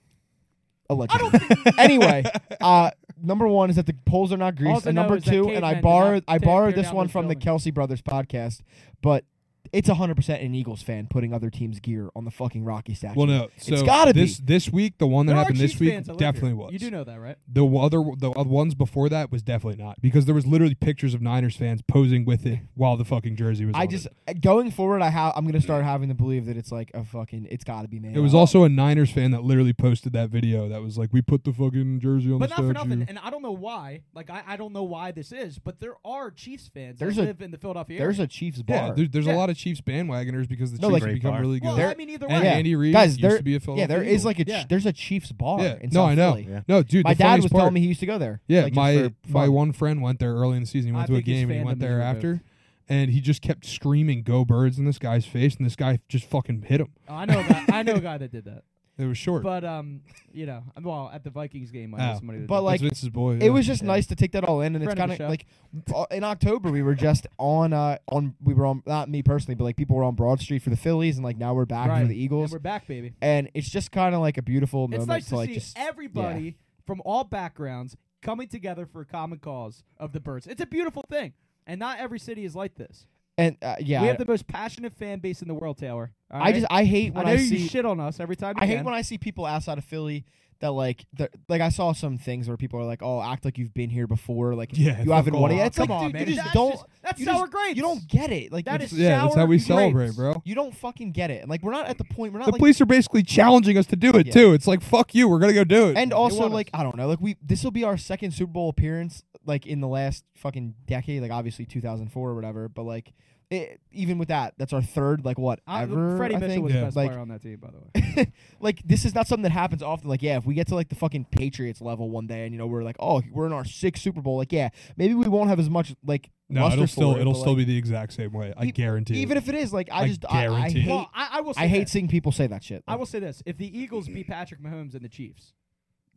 B: Allegedly. anyway, uh, number one is that the polls are not
A: All
B: greased.
A: to
B: And
A: know
B: number
A: is that
B: two, and
A: cavemen
B: I
A: did
B: borrowed,
A: not
B: I
A: tear-
B: borrowed
A: tear
B: this
A: down
B: one
A: those
B: from the
A: buildings.
B: Kelsey Brothers podcast, but it's 100% an Eagles fan putting other teams' gear on the fucking Rocky statue.
C: Well, no. So
B: gotta be.
C: this this week, the one that
A: There are
C: happened this
A: Chiefs
C: week
A: fans that live
C: definitely
A: here.
C: was.
A: You do know that, right?
C: The w- other the other ones before that was definitely not because there was literally pictures of Niners fans posing with it while the fucking jersey was.
B: I
C: on
B: just, uh,
C: it.
B: going forward, I have, I'm going to start having to believe that it's like a fucking, it's got to be made.
C: It was
B: up.
C: also a Niners fan that literally posted that video that was like, "We put the fucking jersey on
A: But
C: the
A: not for
C: statue."
A: nothing, and I don't know why. Like I, I don't know why this is, but there are Chiefs fans
B: There's a-
A: that live in the Philadelphia
B: There's
A: area.
B: a Chiefs bar.
C: yeah, there, there's
A: Yeah.
C: a lot of Chiefs bandwagoners because the
B: No,
C: Chiefs
B: like-
C: have become
D: Great bar.
C: really good.
A: well,
B: there-
A: I mean, either
C: and
A: way,
B: Yeah.
C: Andy Reid
B: Guys,
C: used
B: there-
C: to be a Philadelphia.
B: yeah, there is
C: Eagle.
B: like a ch-
A: Yeah.
B: there's a Chiefs bar.
C: Yeah.
B: In
C: No,
B: South
C: I know.
B: Philly.
D: Yeah.
C: no, dude.
B: My
C: the
B: dad
C: funniest
B: was
C: part,
B: telling me he used to go there.
C: Yeah,
B: like, just
C: my
B: for
C: my
B: fun.
C: one friend went there early in the season. He went
A: I
C: to a
A: think his
C: game and he went
A: fandom is
C: there
A: revoked.
C: after, and he just kept
A: Oh,
C: screaming "Go Birds" in this guy's face, and this guy just fucking hit him.
A: I know a guy, I know a guy that did that.
C: It was short.
A: But um, you know, well, at the Vikings game, I
C: Oh.
A: had somebody. that
B: But,
A: did.
B: like,
C: That's Vince's boy.
B: It was just
A: Yeah.
B: nice to take that all in, and it's
A: Friend of
B: kind
A: the
B: of like uh, in October we were just on uh on we were on not me personally, but like people were on Broad Street for the Phillies, and like now we're back
A: Right.
B: for the
A: and
B: Eagles,
A: we're back, baby.
B: and it's just kind of like a beautiful
A: It's
B: moment
A: nice to
B: like
A: see
B: just
A: everybody from all backgrounds coming together for a common cause of the birds. It's a beautiful thing, and not every city is like this.
B: and uh, yeah,
A: we
B: I-
A: have the most passionate fan base in the world, Taylor. all
B: I
A: right?
B: just I hate
A: I
B: when
A: know
B: I,
A: you
B: see
A: shit on us every time. You
B: I hate when I see people outside of Philly that like they're- like I saw some things where people are like, oh, act like you've been here before, like
C: Yeah,
B: you
C: fuck
B: haven't won it.
C: off.
B: yet. It's
A: Come
B: like,
A: on,
B: dude,
A: man.
B: you
A: That's
B: just don't.
A: just- that's
B: you just-
A: sour grapes.
B: You don't get it. Like
A: That
B: you
A: is
B: just-
C: yeah, that's how we
A: sour
C: celebrate,
A: grapes.
C: bro.
B: You don't fucking get it. And like we're not at the point. We're not
C: The
B: like
C: police are basically challenging us to do it
B: Yeah.
C: too. It's like fuck you. We're gonna go do it.
B: And
A: They
B: also,
A: want
B: like I don't know, like we this will be our second Super Bowl appearance, like in the last fucking decade, like obviously 2004 or whatever. But like, it, even with that, that's our third, like what
A: I,
B: ever.
A: Freddie
B: I
A: Mitchell
B: think.
A: was
C: Yeah.
A: the best
B: Like-
A: player on that team, by the way.
B: like this is not something that happens often. Like, yeah, if we get to like the fucking Patriots level one day, and you know we're like, oh, we're in our sixth Super Bowl. Like, yeah, maybe we won't have as much like
C: no,
B: luster
C: it'll
B: for
C: still
B: it,
C: it'll
B: but,
C: still
B: like,
C: be the exact same way. I
B: E-
C: guarantee. it.
B: even if it is like I
C: I
B: just I, I
C: guarantee it.
B: hate
A: well, I, I will. Say
B: I hate
A: this.
B: seeing people say that shit.
A: I
B: Like,
A: will say this: if the Eagles beat Patrick Mahomes and the Chiefs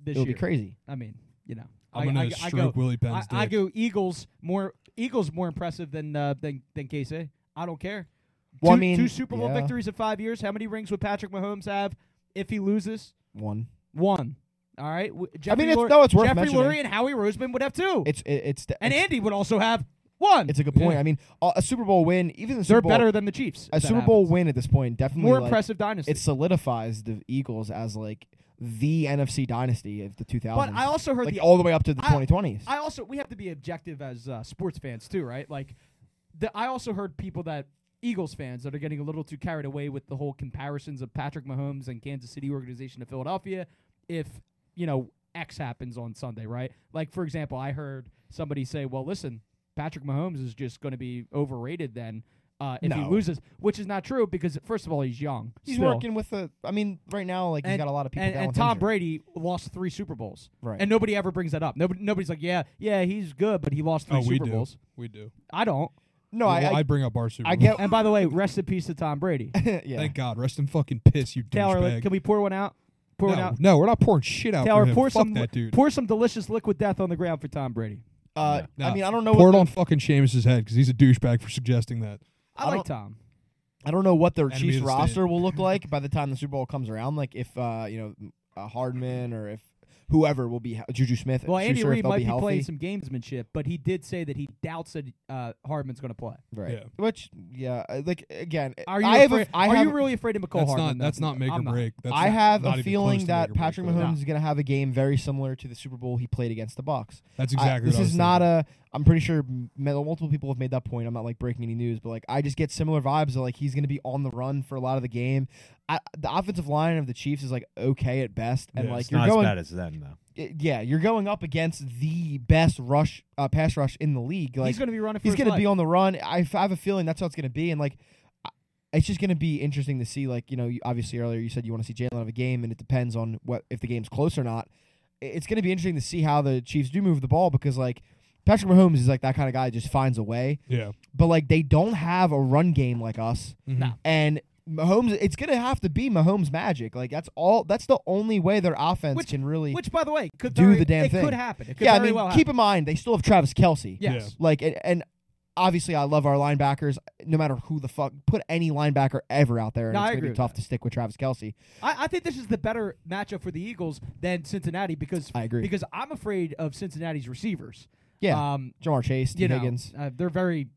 A: this
B: it'll
A: year,
B: be crazy.
A: I mean, you know, I-
C: I'm gonna
A: I, I
C: stroke
A: go,
C: Willie
A: I,
C: Penn's
A: I
C: dick.
A: go Eagles more. Eagles more impressive than uh, than than KC. I don't care.
B: Well,
A: two,
B: I mean,
A: two Super Bowl
B: yeah.
A: victories in five years. How many rings would Patrick Mahomes have if he loses?
B: One.
A: One. All right. W- Jeffrey
B: mean, it's-
A: Lurie-
B: no, it's worth
A: Jeffrey
B: mentioning.
A: Lurie and Howie Roseman would have two,
B: It's it, it's
A: and
B: it's,
A: Andy would also have one.
B: it's a good point.
C: Yeah.
B: I mean, a, a Super Bowl win, even the
A: They're
B: Super Bowl,
A: better than the Chiefs.
B: a
A: if that
B: Super Bowl
A: happens.
B: win at this point definitely
A: More
B: like,
A: impressive dynasty.
B: It solidifies the Eagles as like the NFC dynasty of the 2000s.
A: but I also heard
B: like
A: the
B: all the way up to the
A: I-
B: 2020s.
A: I also we have to be objective as uh, sports fans too, right? Like, the, I also heard people that Eagles fans that are getting a little too carried away with the whole comparisons of Patrick Mahomes and Kansas City organization to Philadelphia. If you know X happens on Sunday, right? Like for example, I heard somebody say, "Well, listen, Patrick Mahomes is just going to be overrated then." Uh, if he
B: No.
A: loses, which is not true because first of all he's young.
B: he's
A: still.
B: working with the. I mean, right now, like he's got a lot of people.
A: And,
B: down
A: and
B: with
A: Tom
B: injury.
A: Brady lost three Super Bowls,
B: Right.
A: And nobody ever brings that up. Nobody, nobody's like, yeah, yeah, he's good, but he lost three
C: Oh, we
A: Super
C: do.
A: Bowls.
C: We do.
A: I don't.
B: No,
C: well,
B: I, I,
C: I bring up our Super.
B: I
C: Bowl.
B: get.
A: And by the way, rest in peace to Tom Brady.
B: yeah.
C: Thank God. Rest in fucking piss, you
A: Taylor,
C: douchebag.
A: can we pour one out? Pour
C: no,
A: one out.
C: no, we're not pouring shit out
A: Taylor,
C: for him.
A: pour
C: Fuck
A: some
C: that dude.
A: pour some delicious liquid death on the ground for Tom Brady.
B: Uh,
C: No.
B: I mean, I don't know.
C: Pour
B: What
C: it
B: the,
C: on fucking Seamus's head because he's a douchebag for suggesting that.
A: I,
B: I
A: like
B: don't-
A: Tom.
B: I don't know what their
C: Enemy
B: Chiefs
C: of the state.
B: roster will look like by the time the Super Bowl comes around. Like if uh, you know uh, Hardman or if whoever will be Juju Smith.
A: Well, Andy
B: Schuster, if
A: Reid
B: they'll
A: might be,
B: healthy.
A: playing some gamesmanship, but he did say that he doubts that uh, Hardman's going to play.
B: Right.
C: Yeah.
B: Which, yeah, uh, like again,
A: Are you?
B: I have, a,
A: afraid,
B: I
A: are
B: have,
A: you really afraid of McCall
C: That's
A: Hardman?
C: not. That's not make
A: I'm
C: or break. That's
B: I
C: not-
B: have
C: not
B: a
C: even close
B: feeling
C: to
B: that
C: make or break
B: Patrick
C: for them.
B: Mahomes is going to have a game very similar to the Super Bowl he played against the Bucks.
C: That's
B: I-
C: exactly.
B: this
C: what I
B: is
C: was
B: not
C: thinking.
B: a. I'm pretty sure m- multiple people have made that point. I'm not like breaking any news, but like I just get similar vibes that like he's going to be on the run for a lot of the game. I, the offensive line of the Chiefs is like okay at best, and
C: Yeah,
B: like
D: It's
B: you're
D: not
B: going
D: as bad as then, though.
B: i- yeah, you're going up against the best rush uh, pass rush in the league. Like
A: he's going to be running. For
B: he's
A: going
B: going to be on the run. I, f- I have a feeling that's how it's going to be, and like I- it's just going to be interesting to see. Like you know, you, obviously earlier you said you want to see Jalen have a game, and it depends on what if the game's close or not. I- It's going to be interesting to see how the Chiefs do move the ball because like Patrick Mahomes is like that kind of guy that just finds a way,
C: Yeah.
B: but like they don't have a run game like us,
A: No.
B: and. Mahomes, it's gonna have to be Mahomes magic. Like that's all. That's the only way their offense
A: Which-
B: can really
A: Which, by the way, could
B: Do
A: very-
B: the damn
A: it
B: thing.
A: could happen. It could
B: yeah, I
A: very
B: mean,
A: well happen.
B: keep in mind they still have Travis Kelsey.
A: Yes.
B: Like, and, and obviously, I love our linebackers. No matter who the fuck, put any linebacker ever out there, and
A: No, I
B: it's gonna
A: agree
B: be
A: with
B: tough
A: that.
B: to stick with Travis Kelsey.
A: I, I think this is the better matchup for the Eagles than Cincinnati because
B: I agree.
A: because I'm afraid of Cincinnati's receivers.
B: Yeah,
A: Um,
B: Jamar Chase, T.
A: you know,
B: Higgins.
A: uh, they're very.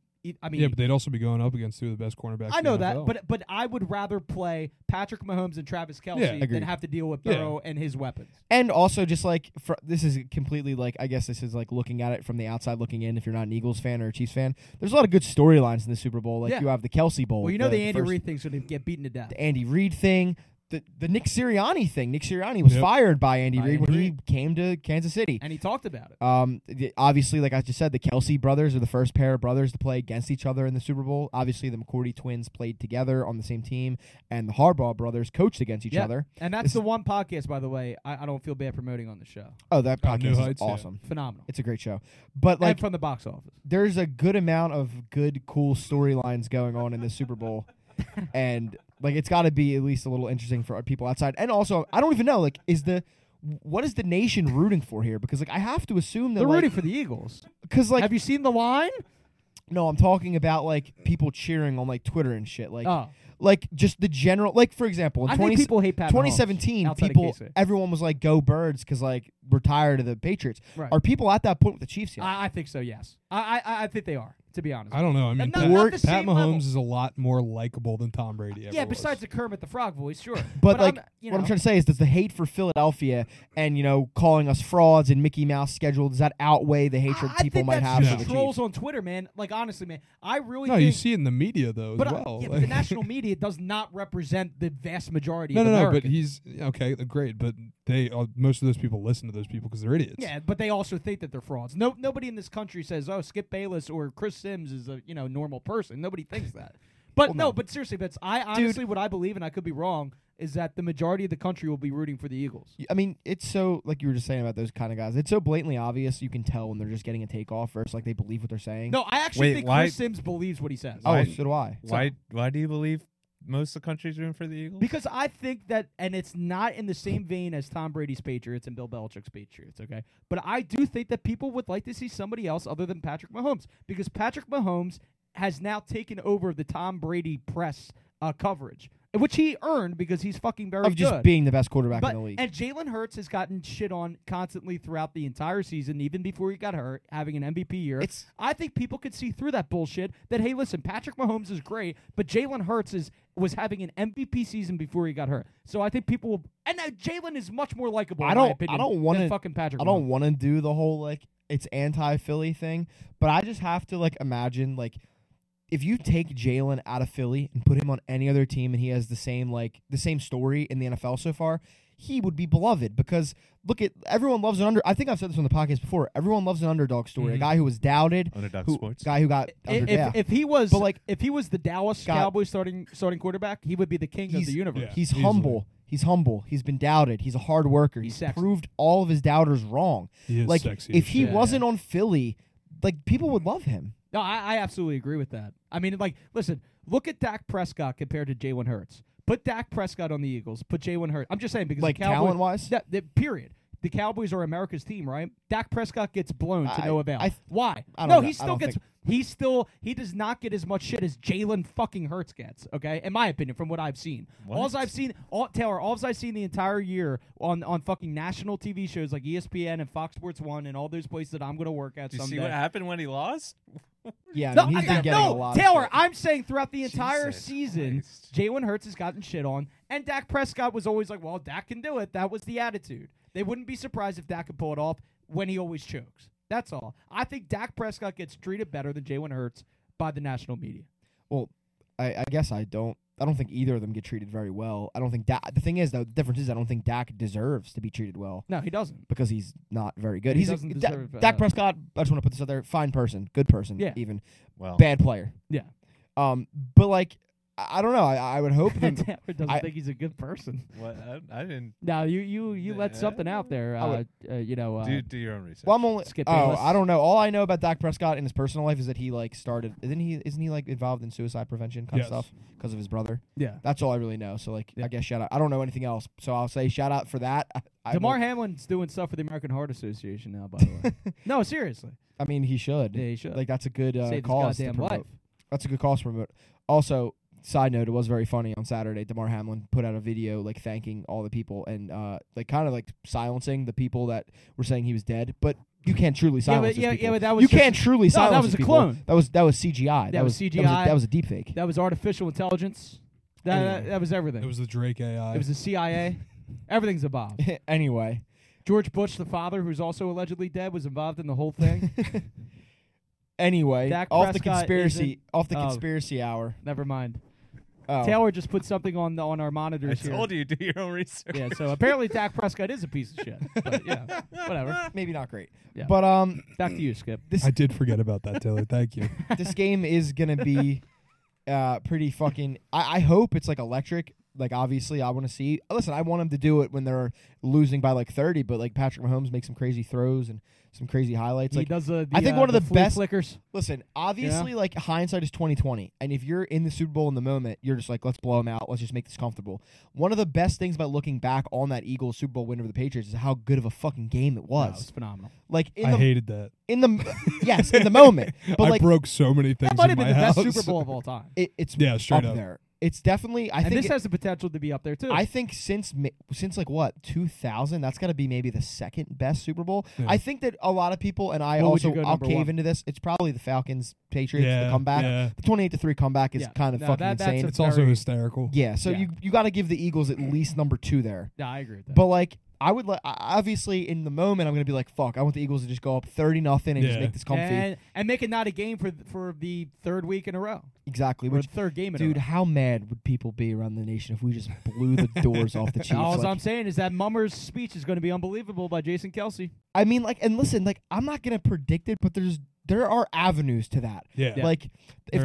A: I mean,
C: yeah, but they'd also be going up against two of the best cornerbacks.
A: I
C: in the
A: know that,
C: NFL.
A: but but I would rather play Patrick Mahomes and Travis Kelsey than
B: agreed.
A: have to deal with
C: Yeah.
A: Burrow and his weapons.
B: And also, just like fr- this is completely like, I guess this is like looking at it from the outside looking in. If you're not an Eagles fan or a Chiefs fan, there's a lot of good storylines in the Super Bowl. Like
A: Yeah.
B: you have Oh, the Kelsey Bowl.
A: Well, you know the, Andy
B: first-
A: Reid thing's going to get beaten to death.
B: the Andy Reid thing, the the Nick Sirianni thing. Nick Sirianni was
C: Yep.
B: fired by Andy
A: By
B: Reid
A: Andy
B: when he came to Kansas City.
A: and he talked about it.
B: Um, the, obviously, like I just said, the Kelsey brothers are the first pair of brothers to play against each other in the Super Bowl. Obviously, the McCourty twins played together on the same team, and the Harbaugh brothers coached against each
A: Yeah.
B: other.
A: And that's
B: This-
A: the one podcast, by the way, I, I don't feel bad promoting on the show.
B: Oh, that
C: Oh, New
B: podcast is
C: Heights, yeah.
B: awesome.
A: Phenomenal.
B: It's a great show. But
A: Like
B: like,
A: from the box office.
B: there's a good amount of good, cool storylines going on in the Super Bowl, and Like it's got to be at least a little interesting for people outside. And also, I don't even know. Like, is the what is the nation rooting for here? Because like I have to assume that
A: They're rooting for the Eagles.
B: because like
A: Have you seen the line?
B: no, I'm talking about like people cheering on like Twitter and shit. Like
A: oh,
B: like just the general like for example in
A: I
B: 20
A: think people hate Pat. Mahomes
B: 2017
A: outside of
B: people
A: Casey.
B: everyone was like go birds because like we're tired of the patriots
A: Right.
B: are people at that point with the chiefs yet
A: I, I think so. Yes, I, I I think they are. To be honest,
C: I don't know. I mean,
A: not-
C: Pat,
A: not the
C: Pat
A: same
C: Mahomes
A: level.
C: is a lot more likable than Tom Brady. Ever
A: yeah.
C: was.
A: Besides the Kermit the Frog voice, sure.
B: but, like
A: I'm, you
B: what i'm
A: know,
B: trying to say is does the hate for philadelphia and you know calling us frauds and mickey mouse schedule does that outweigh the hatred
A: I, I
B: people
A: think
B: might
A: that's
B: have
A: just
B: for the
A: trolls
B: chiefs
A: on Twitter, man. Like honestly, man, I really
C: no,
A: think.
C: you see it in the media though
A: but,
C: as
A: uh,
C: well.
A: yeah, but
C: Like-
A: the national media does not represent the vast majority.
C: no,
A: of
C: no, no. But
A: Americans.
C: he's okay, great. But they uh, most of those people listen to those people because they're idiots.
A: Yeah, but they also think that they're frauds. No, nobody in this country says, "Oh, Skip Bayless or Chris Sims is a you know normal person." Nobody thinks that. But no, but seriously, but I honestly, what I believe, and I could be wrong, is that the majority of the country will be rooting for the Eagles.
B: I mean, it's so like you were just saying about those kind of guys. It's so blatantly obvious you can tell when they're just getting a takeoff versus like they believe what they're saying.
A: No, I actually
D: Wait,
A: think
D: why-
A: Chris Sims believes what he says.
B: oh,
D: Why-
B: so do I.
D: Why? Why do you believe most of the country's rooting for the Eagles?
A: Because I think that, and it's not in the same vein as Tom Brady's Patriots and Bill Belichick's Patriots, okay? But I do think that people would like to see somebody else other than Patrick Mahomes because Patrick Mahomes has now taken over the Tom Brady press uh, coverage, which he earned because he's fucking very
B: of just
A: good.
B: being the best quarterback
A: but,
B: in the league.
A: And Jalen Hurts has gotten shit on constantly throughout the entire season, even before he got hurt, having an MVP year.
B: It's-
A: I think people could see through that bullshit that, hey, listen, Patrick Mahomes is great, but Jalen Hurts is was having an MVP season before he got hurt. So I think people will. And uh, Jalen is much more likable.
B: I
A: in
B: don't-
A: my opinion,
B: I don't
A: than
B: wanna-
A: fucking Patrick.
B: I
A: Mahomes.
B: don't want to do the whole like it's anti Philly thing, but I just have to like imagine like if you take Jalen out of Philly and put him on any other team and he has the same like the same story in the NFL so far, he would be beloved because look at everyone loves an under. I think I've said this on the podcast before. Everyone loves an underdog story. A
C: Mhm.
B: guy who was doubted,
D: Underdog
B: who,
D: sports.
B: guy who got
A: Mm-hmm. I- If,
B: under, yeah.
A: if he was,
B: But, like,
A: if he was the Dallas
B: got-
A: Cowboys starting starting quarterback, he would be the king of
B: He's-
A: the universe.
C: Yeah.
B: He's
C: easily.
B: humble. He's humble. He's been doubted. He's a hard worker.
A: He's
B: He's
A: sexy.
B: proved all of his doubters wrong.
C: He is
B: like
C: sexy
B: if
C: as
B: he
C: shit.
A: Yeah.
B: wasn't on Philly, like people would love him.
A: No, I, I absolutely agree with that. I mean, like, listen, look at Dak Prescott compared to Jalen Hurts. Put Dak Prescott on the Eagles. Put Jalen Hurts. I'm just saying because
B: Like
A: the Cowboys,
B: talent wise,
A: Yeah, the- period. The Cowboys are America's team, right? Dak Prescott gets blown to
B: I-
A: no avail.
B: I-
A: Why?
B: I don't
A: no,
B: know.
A: he
B: I
A: still
B: don't
A: gets.
B: think-
A: He still he does not get as much shit as Jalen fucking Hurts gets. Okay, in my opinion, from what I've seen,
D: What?
A: alls I've seen, all, Taylor, alls I've seen the entire year on on fucking national TV shows like E ESPN and Fox Sports One and all those places that I'm gonna work at
D: Do you
A: someday.
D: see what happened when he lost?
B: yeah, I
A: No,
B: mean, he's
A: I-
B: been getting
A: no,
B: a lot.
A: Taylor,
B: of shit.
A: I'm saying throughout the entire
D: Jesus
A: season,
D: Christ.
A: Jalen Hurts has gotten shit on, and Dak Prescott was always like, "Well, Dak can do it." That was the attitude. They wouldn't be surprised if Dak could pull it off when he always chokes. That's all. I think Dak Prescott gets treated better than Jalen Hurts by the national media.
B: well, I, I guess I don't. I don't think either of them get treated very well. I don't think Dak. The thing is, though, the difference is I don't think Dak deserves to be treated well
A: No, he doesn't.
B: because he's not very good.
A: He
B: he's
A: doesn't
B: a,
A: deserve,
B: Dak, Dak
A: uh,
B: Prescott. I just want to put this out there. Fine person, good person,
A: Yeah.
B: even
D: Well,
B: bad player.
A: Yeah.
B: Um, but like, I I don't know. I, I would hope.
A: Taylor
B: that-
A: doesn't
B: I-
A: think he's a good person.
D: what, I, I didn't
A: No, you you you let
D: Yeah.
A: something out there.
B: I
A: Uh,
B: would-
A: uh, you know, uh,
D: do do your own research.
B: well, I'm only.
A: Skip
B: oh,
A: Bayless.
B: I don't know. All I know about Dak Prescott in his personal life is that he like started. Isn't he? Isn't he like involved in suicide prevention kind
C: Yes.
B: of stuff because of his brother?
A: yeah.
B: That's all I really know. So like,
A: Yeah.
B: I guess shout out. I don't know anything else. So I'll say shout out for that. I, I
A: Damar
B: won't-
A: Hamlin's doing stuff for the American Heart Association now. By the way, no, seriously,
B: I mean, he should.
A: yeah, he should
B: Like that's a good uh,
A: Saved his
B: cause to
A: goddamn
B: promote.
A: life.
B: That's a good cause to promote. Also, side note, it was very funny on Saturday. Damar Hamlin put out a video like thanking all the people and uh, like kind of like silencing the people that were saying he was dead, but. You can't truly
A: Yeah, but-
B: silence these
A: yeah,
B: people.
A: yeah, but that was
B: you
A: just-
B: can't truly
A: No, that
B: silence
A: was
B: these
A: a
B: people.
A: clone.
B: That was that was CGI. That,
A: was
B: That was a,
A: CGI.
B: that was a deep fake.
A: That was artificial intelligence. That, that,
B: Anyway.
A: that was everything.
C: It was the Drake AI.
A: It was the CIA. Everything's involved.
B: anyway,
A: George Bush, the father, who's also allegedly dead, was involved in the whole thing.
B: anyway,
A: Dak
B: off the
A: Prescott
B: conspiracy, off the
A: oh.
B: conspiracy hour.
A: Never mind.
B: Oh.
A: Taylor just put something on the, on our
D: I
A: monitors here.
D: told you, do your own research.
A: Yeah, so apparently Dak Prescott is a piece of shit. But yeah, whatever.
B: Ah. maybe not great.
A: Yeah.
B: But um,
A: Back to you, Skip.
B: this
C: I did forget about that, Taylor. Thank you.
B: this game is gonna be uh pretty fucking. I, I hope it's like electric. like obviously I want to see. Listen, I want him to do it when they're losing by like thirty, but like Patrick Mahomes makes some crazy throws and some crazy highlights.
A: he
B: Like,
A: does uh, the,
B: I think
A: uh,
B: one of the
A: flea
B: best-
A: flickers.
B: listen, obviously, like hindsight is twenty twenty, and if you're in the Super Bowl in the moment, you're just like, let's blow him out, let's just make this comfortable. One of the best things about looking back on that Eagles Super Bowl win over the Patriots is how good of a fucking game it
A: No,
B: was.
A: it's phenomenal.
B: Like in
C: I
B: the
C: hated that.
B: in the yes in the moment, but
C: I
B: like
C: broke so many things.
A: That might
C: in
A: have been
C: my
A: the
C: house.
A: best Super Bowl of all time.
B: it, it's
C: Yeah, straight
B: up,
C: up.
B: there. It's definitely I
A: and
B: think
A: this has the potential to be up there too.
B: I think since mi- since like what 2000, that's got to be maybe the second best Super Bowl.
C: Yeah.
B: I think that a lot of people and I
A: What would you go
B: also I'll
A: number
B: cave
A: one?
B: into this. It's probably the Falcons Patriots
C: Yeah,
B: the comeback.
C: yeah.
B: The 28 to 3 comeback is
A: Yeah.
B: kind of
A: No,
B: fucking
A: that- that's
B: insane.
A: a-
C: It's also
A: Very-
C: hysterical.
B: yeah, so
A: Yeah.
B: you you got to give the Eagles at least number 2 there.
A: yeah, I agree with that.
B: But like I would like obviously in the moment I'm going to be like fuck, I want the Eagles to just go up 30 nothing and just
C: Yeah.
B: make this comfy.
A: and, and make it not a game for th- for the third week in a row,
B: exactly.
A: or
B: Which
A: the third game in
B: dude,
A: a row.
B: how mad would people be around the nation if we just blew the doors off the Chiefs?
A: All
B: Like,
A: I'm saying is that Mummer's speech is going to be unbelievable by Jason Kelsey.
B: I mean, like, and listen, like, I'm not gonna predict it, but there's there are avenues to that.
C: Yeah.
B: Like, if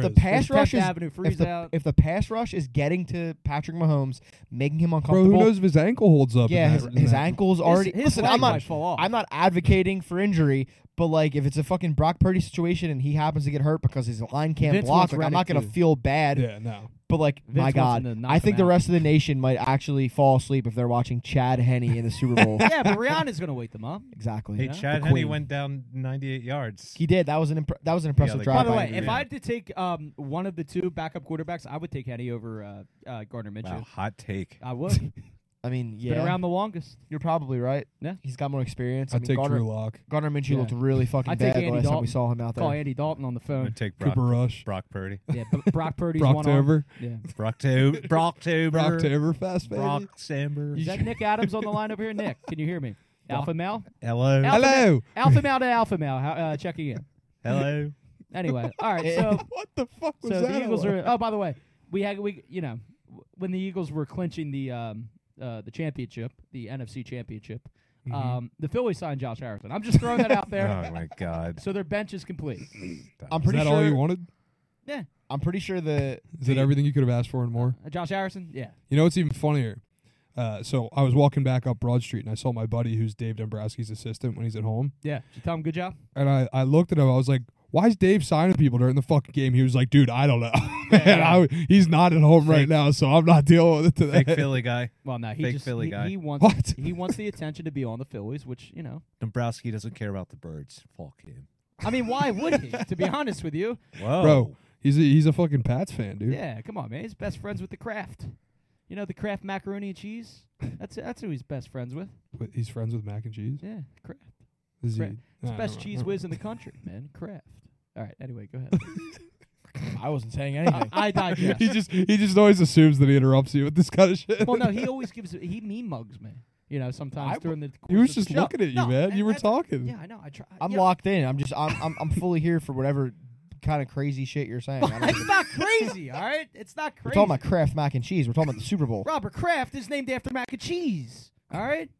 C: There
B: the
C: is.
B: pass
A: Fifth
B: rush is
A: Avenue freeze
B: if the,
A: out.
B: if the pass rush is getting to Patrick Mahomes, making him
C: Bro, who
B: uncomfortable.
C: knows if his ankle holds up? in
B: yeah,
C: that-
B: his,
C: in
B: his
C: that.
B: ankle's
A: His-
B: already.
A: his
B: listen,
A: leg
B: I'm
A: might
B: not.
A: fall off.
B: I'm not advocating for injury, but like if it's a fucking Brock Purdy situation and he happens to get hurt because his line can't
A: Vince
B: block,
A: wants
B: like, I'm
A: Reddick,
B: not gonna
A: too.
B: feel bad.
C: Yeah, no.
B: But like,
A: Vince
B: my
A: wants
B: God,
A: him to knock
B: I think
A: him
B: the
A: out.
B: rest of the nation might actually fall asleep if they're watching Chad Henney in the Super Bowl.
A: yeah, but Rihanna's going to wake them up.
B: Exactly.
D: Hey,
A: Yeah.
D: Chad
B: The
D: Henney
B: queen.
D: went down 98 yards.
B: He did. That was an impre- that was an impressive
D: like-
B: drive.
A: By the
D: by
A: way,
D: Henry,
A: if
D: yeah.
A: I had to take um, one of the two backup quarterbacks, I would take Henny over uh, uh, Gardner Mitchell.
D: Wow, hot take.
A: I would.
B: I mean, yeah,
A: Been around the longest.
B: you're probably right.
A: Yeah.
B: he's got more experience. I,
C: I'd
B: mean,
C: take
B: Garner,
C: Drew Lock,
B: Garner Minshew
A: Yeah.
B: looked really fucking
A: I'd take
B: bad the
A: Andy
B: last time we
A: Dalton.
B: saw him out
A: Call
B: there.
A: Andy Dalton on the
D: I'm gonna
A: phone.
D: take Brock.
C: Cooper Rush,
D: Brock Purdy.
A: yeah, but Brock Purdy's one arm.
C: Brocktober,
A: Yeah.
D: Brock to Brock to
C: Brocktober, fast baby.
D: Brock Samber.
A: Is that Nick Adams on the line over here? Nick, can you hear me? Alpha male.
D: Hello.
A: Alpha
C: Hello.
A: Alpha male to alpha male. How- Uh, checking in.
D: Hello.
A: Anyway, all right.
B: Eh,
A: So,
C: What the fuck was
A: so
C: that?
A: the Eagles
C: all
A: are. Oh, by the way, we had we you know w- when the Eagles were clinching the um uh the championship, the NFC championship.
C: Mhm.
A: Um, the Phillies signed Josh Harrison. I'm just throwing that out there.
D: Oh my God.
A: So their bench is complete.
B: I'm
C: Is
B: pretty
C: that
B: sure.
C: all you wanted?
B: I'm pretty sure the
C: Is that everything you could have asked for and more?
A: Uh, Josh Harrison, yeah.
C: You know what's even funnier? Uh, so I was walking back up Broad Street and I saw my buddy who's Dave Dombrowski's assistant when he's at home.
A: Yeah. Did you tell him good job?
C: And I, I looked at him. I was like, why is Dave signing people during the fucking game? He was like, dude, I don't know. Man, I, he's not at home right
D: Fake-
C: now, so I'm not dealing with it today.
D: Fake Philly guy.
A: Well, no, he
D: Big
A: just
D: Philly
A: he,
D: guy.
A: he wants
C: What?
A: he wants the attention to be on the Phillies, which, you know.
D: Dombrowski doesn't care about the birds. Fuck him.
A: I mean, why would he? To be honest with you.
D: Whoa.
C: Bro, he's a, he's a fucking Pats fan, dude.
A: Yeah, come on, man. He's best friends with the Kraft. You know the Kraft macaroni and cheese? That's that's who he's best friends with.
C: But he's friends with mac and cheese.
A: Yeah, Kraft.
C: Is he?
A: Right. It's
C: Nah,
A: best
C: never
A: cheese
C: mind.
A: whiz in the country, man. Kraft. All right, anyway, go ahead.
B: I wasn't saying
A: I,
B: anything.
A: I digress.
C: he just he just always assumes that he interrupts you with this kind of shit.
A: well, no, he always gives he mean mugs me. You know, sometimes
B: I-
A: during the course
C: he was
A: of the
C: just
A: show.
C: looking at you,
A: No,
C: man. You
A: and
C: were
A: that's-
C: talking.
A: Yeah, I know. I try.
B: I'm
A: yeah.
B: locked in. I'm just. I'm. I'm. I'm fully here for whatever kind of crazy shit you're saying. I don't-
A: it's not crazy, all right? It's not
B: we're
A: crazy.
B: talking about Kraft mac and cheese. We're talking about the Super Bowl.
A: Robert Kraft is named after mac and cheese, all right?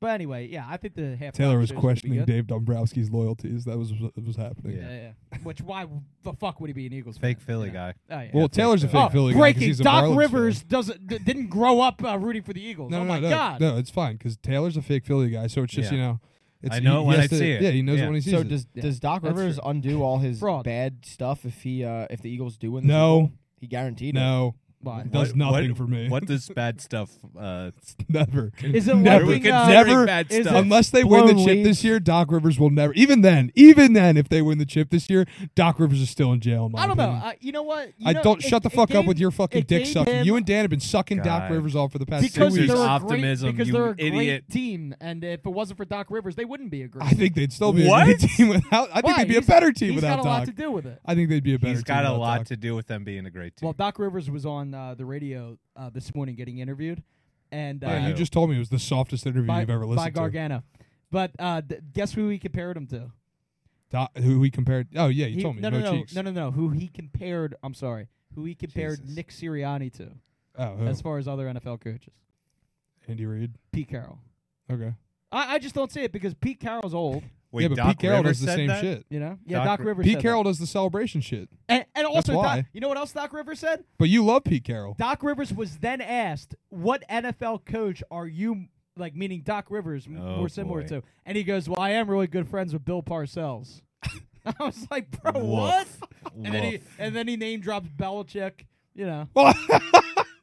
A: But anyway, yeah, I think the half
C: Taylor was questioning Dave Dombrowski's loyalties. That was what was happening.
D: Yeah.
A: Yeah, yeah. Which why w- the fuck would he be an Eagles fan?
D: Fake Philly
A: you know?
D: guy.
A: Oh, yeah.
C: Well, Taylor's a
D: Philly.
C: fake
A: Oh,
C: Philly guy 'cause
A: breaking.
C: he's a
A: Doc
C: Marlins
A: Rivers
C: fan.
A: doesn't d- didn't grow up uh, rooting for the Eagles.
C: No,
A: oh
C: no,
A: my
C: no,
A: god.
C: no, it's fine because Taylor's a fake Philly guy, so it's just
D: Yeah.
C: you know, it's,
D: I know
C: he-
D: it
C: he
D: when I
C: has to-
D: see it.
C: Yeah, he knows
D: Yeah.
C: it when he sees
B: So
C: it.
B: does
A: Yeah.
B: does Doc
A: That's
B: Rivers
A: true.
B: undo all his
A: Fraud.
B: bad stuff if he uh if the Eagles do win? The Super
C: no,
B: Bowl? he guaranteed. it.
C: no,
A: Why?
C: Does nothing for me.
D: What does bad stuff? Uh,
C: never.
A: Is it
C: Never.
A: looking,
D: Considering
A: uh,
C: Never.
D: bad
A: is
D: stuff.
C: Unless they win the
B: blown
C: chip this
B: leads.
C: year, Doc Rivers will never. Even then, even then, if they win the chip this year, Doc Rivers is still in jail. In my
A: I don't know.
C: opinion.
A: Uh, you know what? You
C: I
A: know,
C: don't
A: it-
C: shut the
A: it
C: fuck up
A: gave-
C: with your fucking
A: it
C: dick
A: gave
C: sucking.
A: him-
C: You and Dan have been sucking Doc
D: God.
C: Rivers off for the past two
A: because
C: weeks.
A: they're a
D: Optimism,
A: great, because
D: you
A: they're a
D: idiot.
A: great team, and if it wasn't for Doc Rivers, they wouldn't be a great.
C: I
A: team.
C: think they'd still be
D: What?
C: a good team without. I think
A: Why?
C: they'd be
A: He's-
C: a better team
A: he's
C: without
A: got a lot
C: Doc.
A: to do with it.
C: I think they'd be a better.
D: He's
C: team
D: got a
C: without
D: lot
C: Doc.
D: to do with them being a great team.
A: Well, Doc Rivers was on uh, the radio uh, this morning getting interviewed, and uh,
C: Yeah, you just told me it was the softest interview
A: by,
C: you've ever
A: by
C: listened to.
A: Gargano. But uh, th- guess who he compared him to?
C: Doc, who we compared? Oh yeah, you
A: He-
C: told me.
A: no, no, no,
C: cheeks.
A: no, no, no. Who he compared? I'm sorry. Who he compared
D: Jesus.
A: Nick Sirianni to,
C: Oh, who?
A: as far as other NFL coaches?
C: Andy Reid.
A: Pete Carroll.
C: Okay.
A: I, I just don't see it because Pete Carroll's old.
D: Wait,
C: yeah, but
D: Doc
C: Pete Carroll
D: Rivers
C: does the
D: said
C: same
D: that?
C: shit.
A: You know, yeah, Doc,
D: Doc-
A: Rivers.
C: Pete
A: said
C: Carroll does the celebration shit.
A: that. and and also Doc,
C: why.
A: you know what else Doc Rivers said?
C: But you love Pete Carroll.
A: Doc Rivers was then asked, "What NFL coach are you like?" Meaning Doc Rivers m-
D: Oh,
A: more similar
D: boy.
A: to, and he goes, "Well, I am really good friends with Bill Parcells." I was like, "Bro,
D: Woof.
A: what?" And then he
D: Woof.
A: and then he name drops Belichick. You know,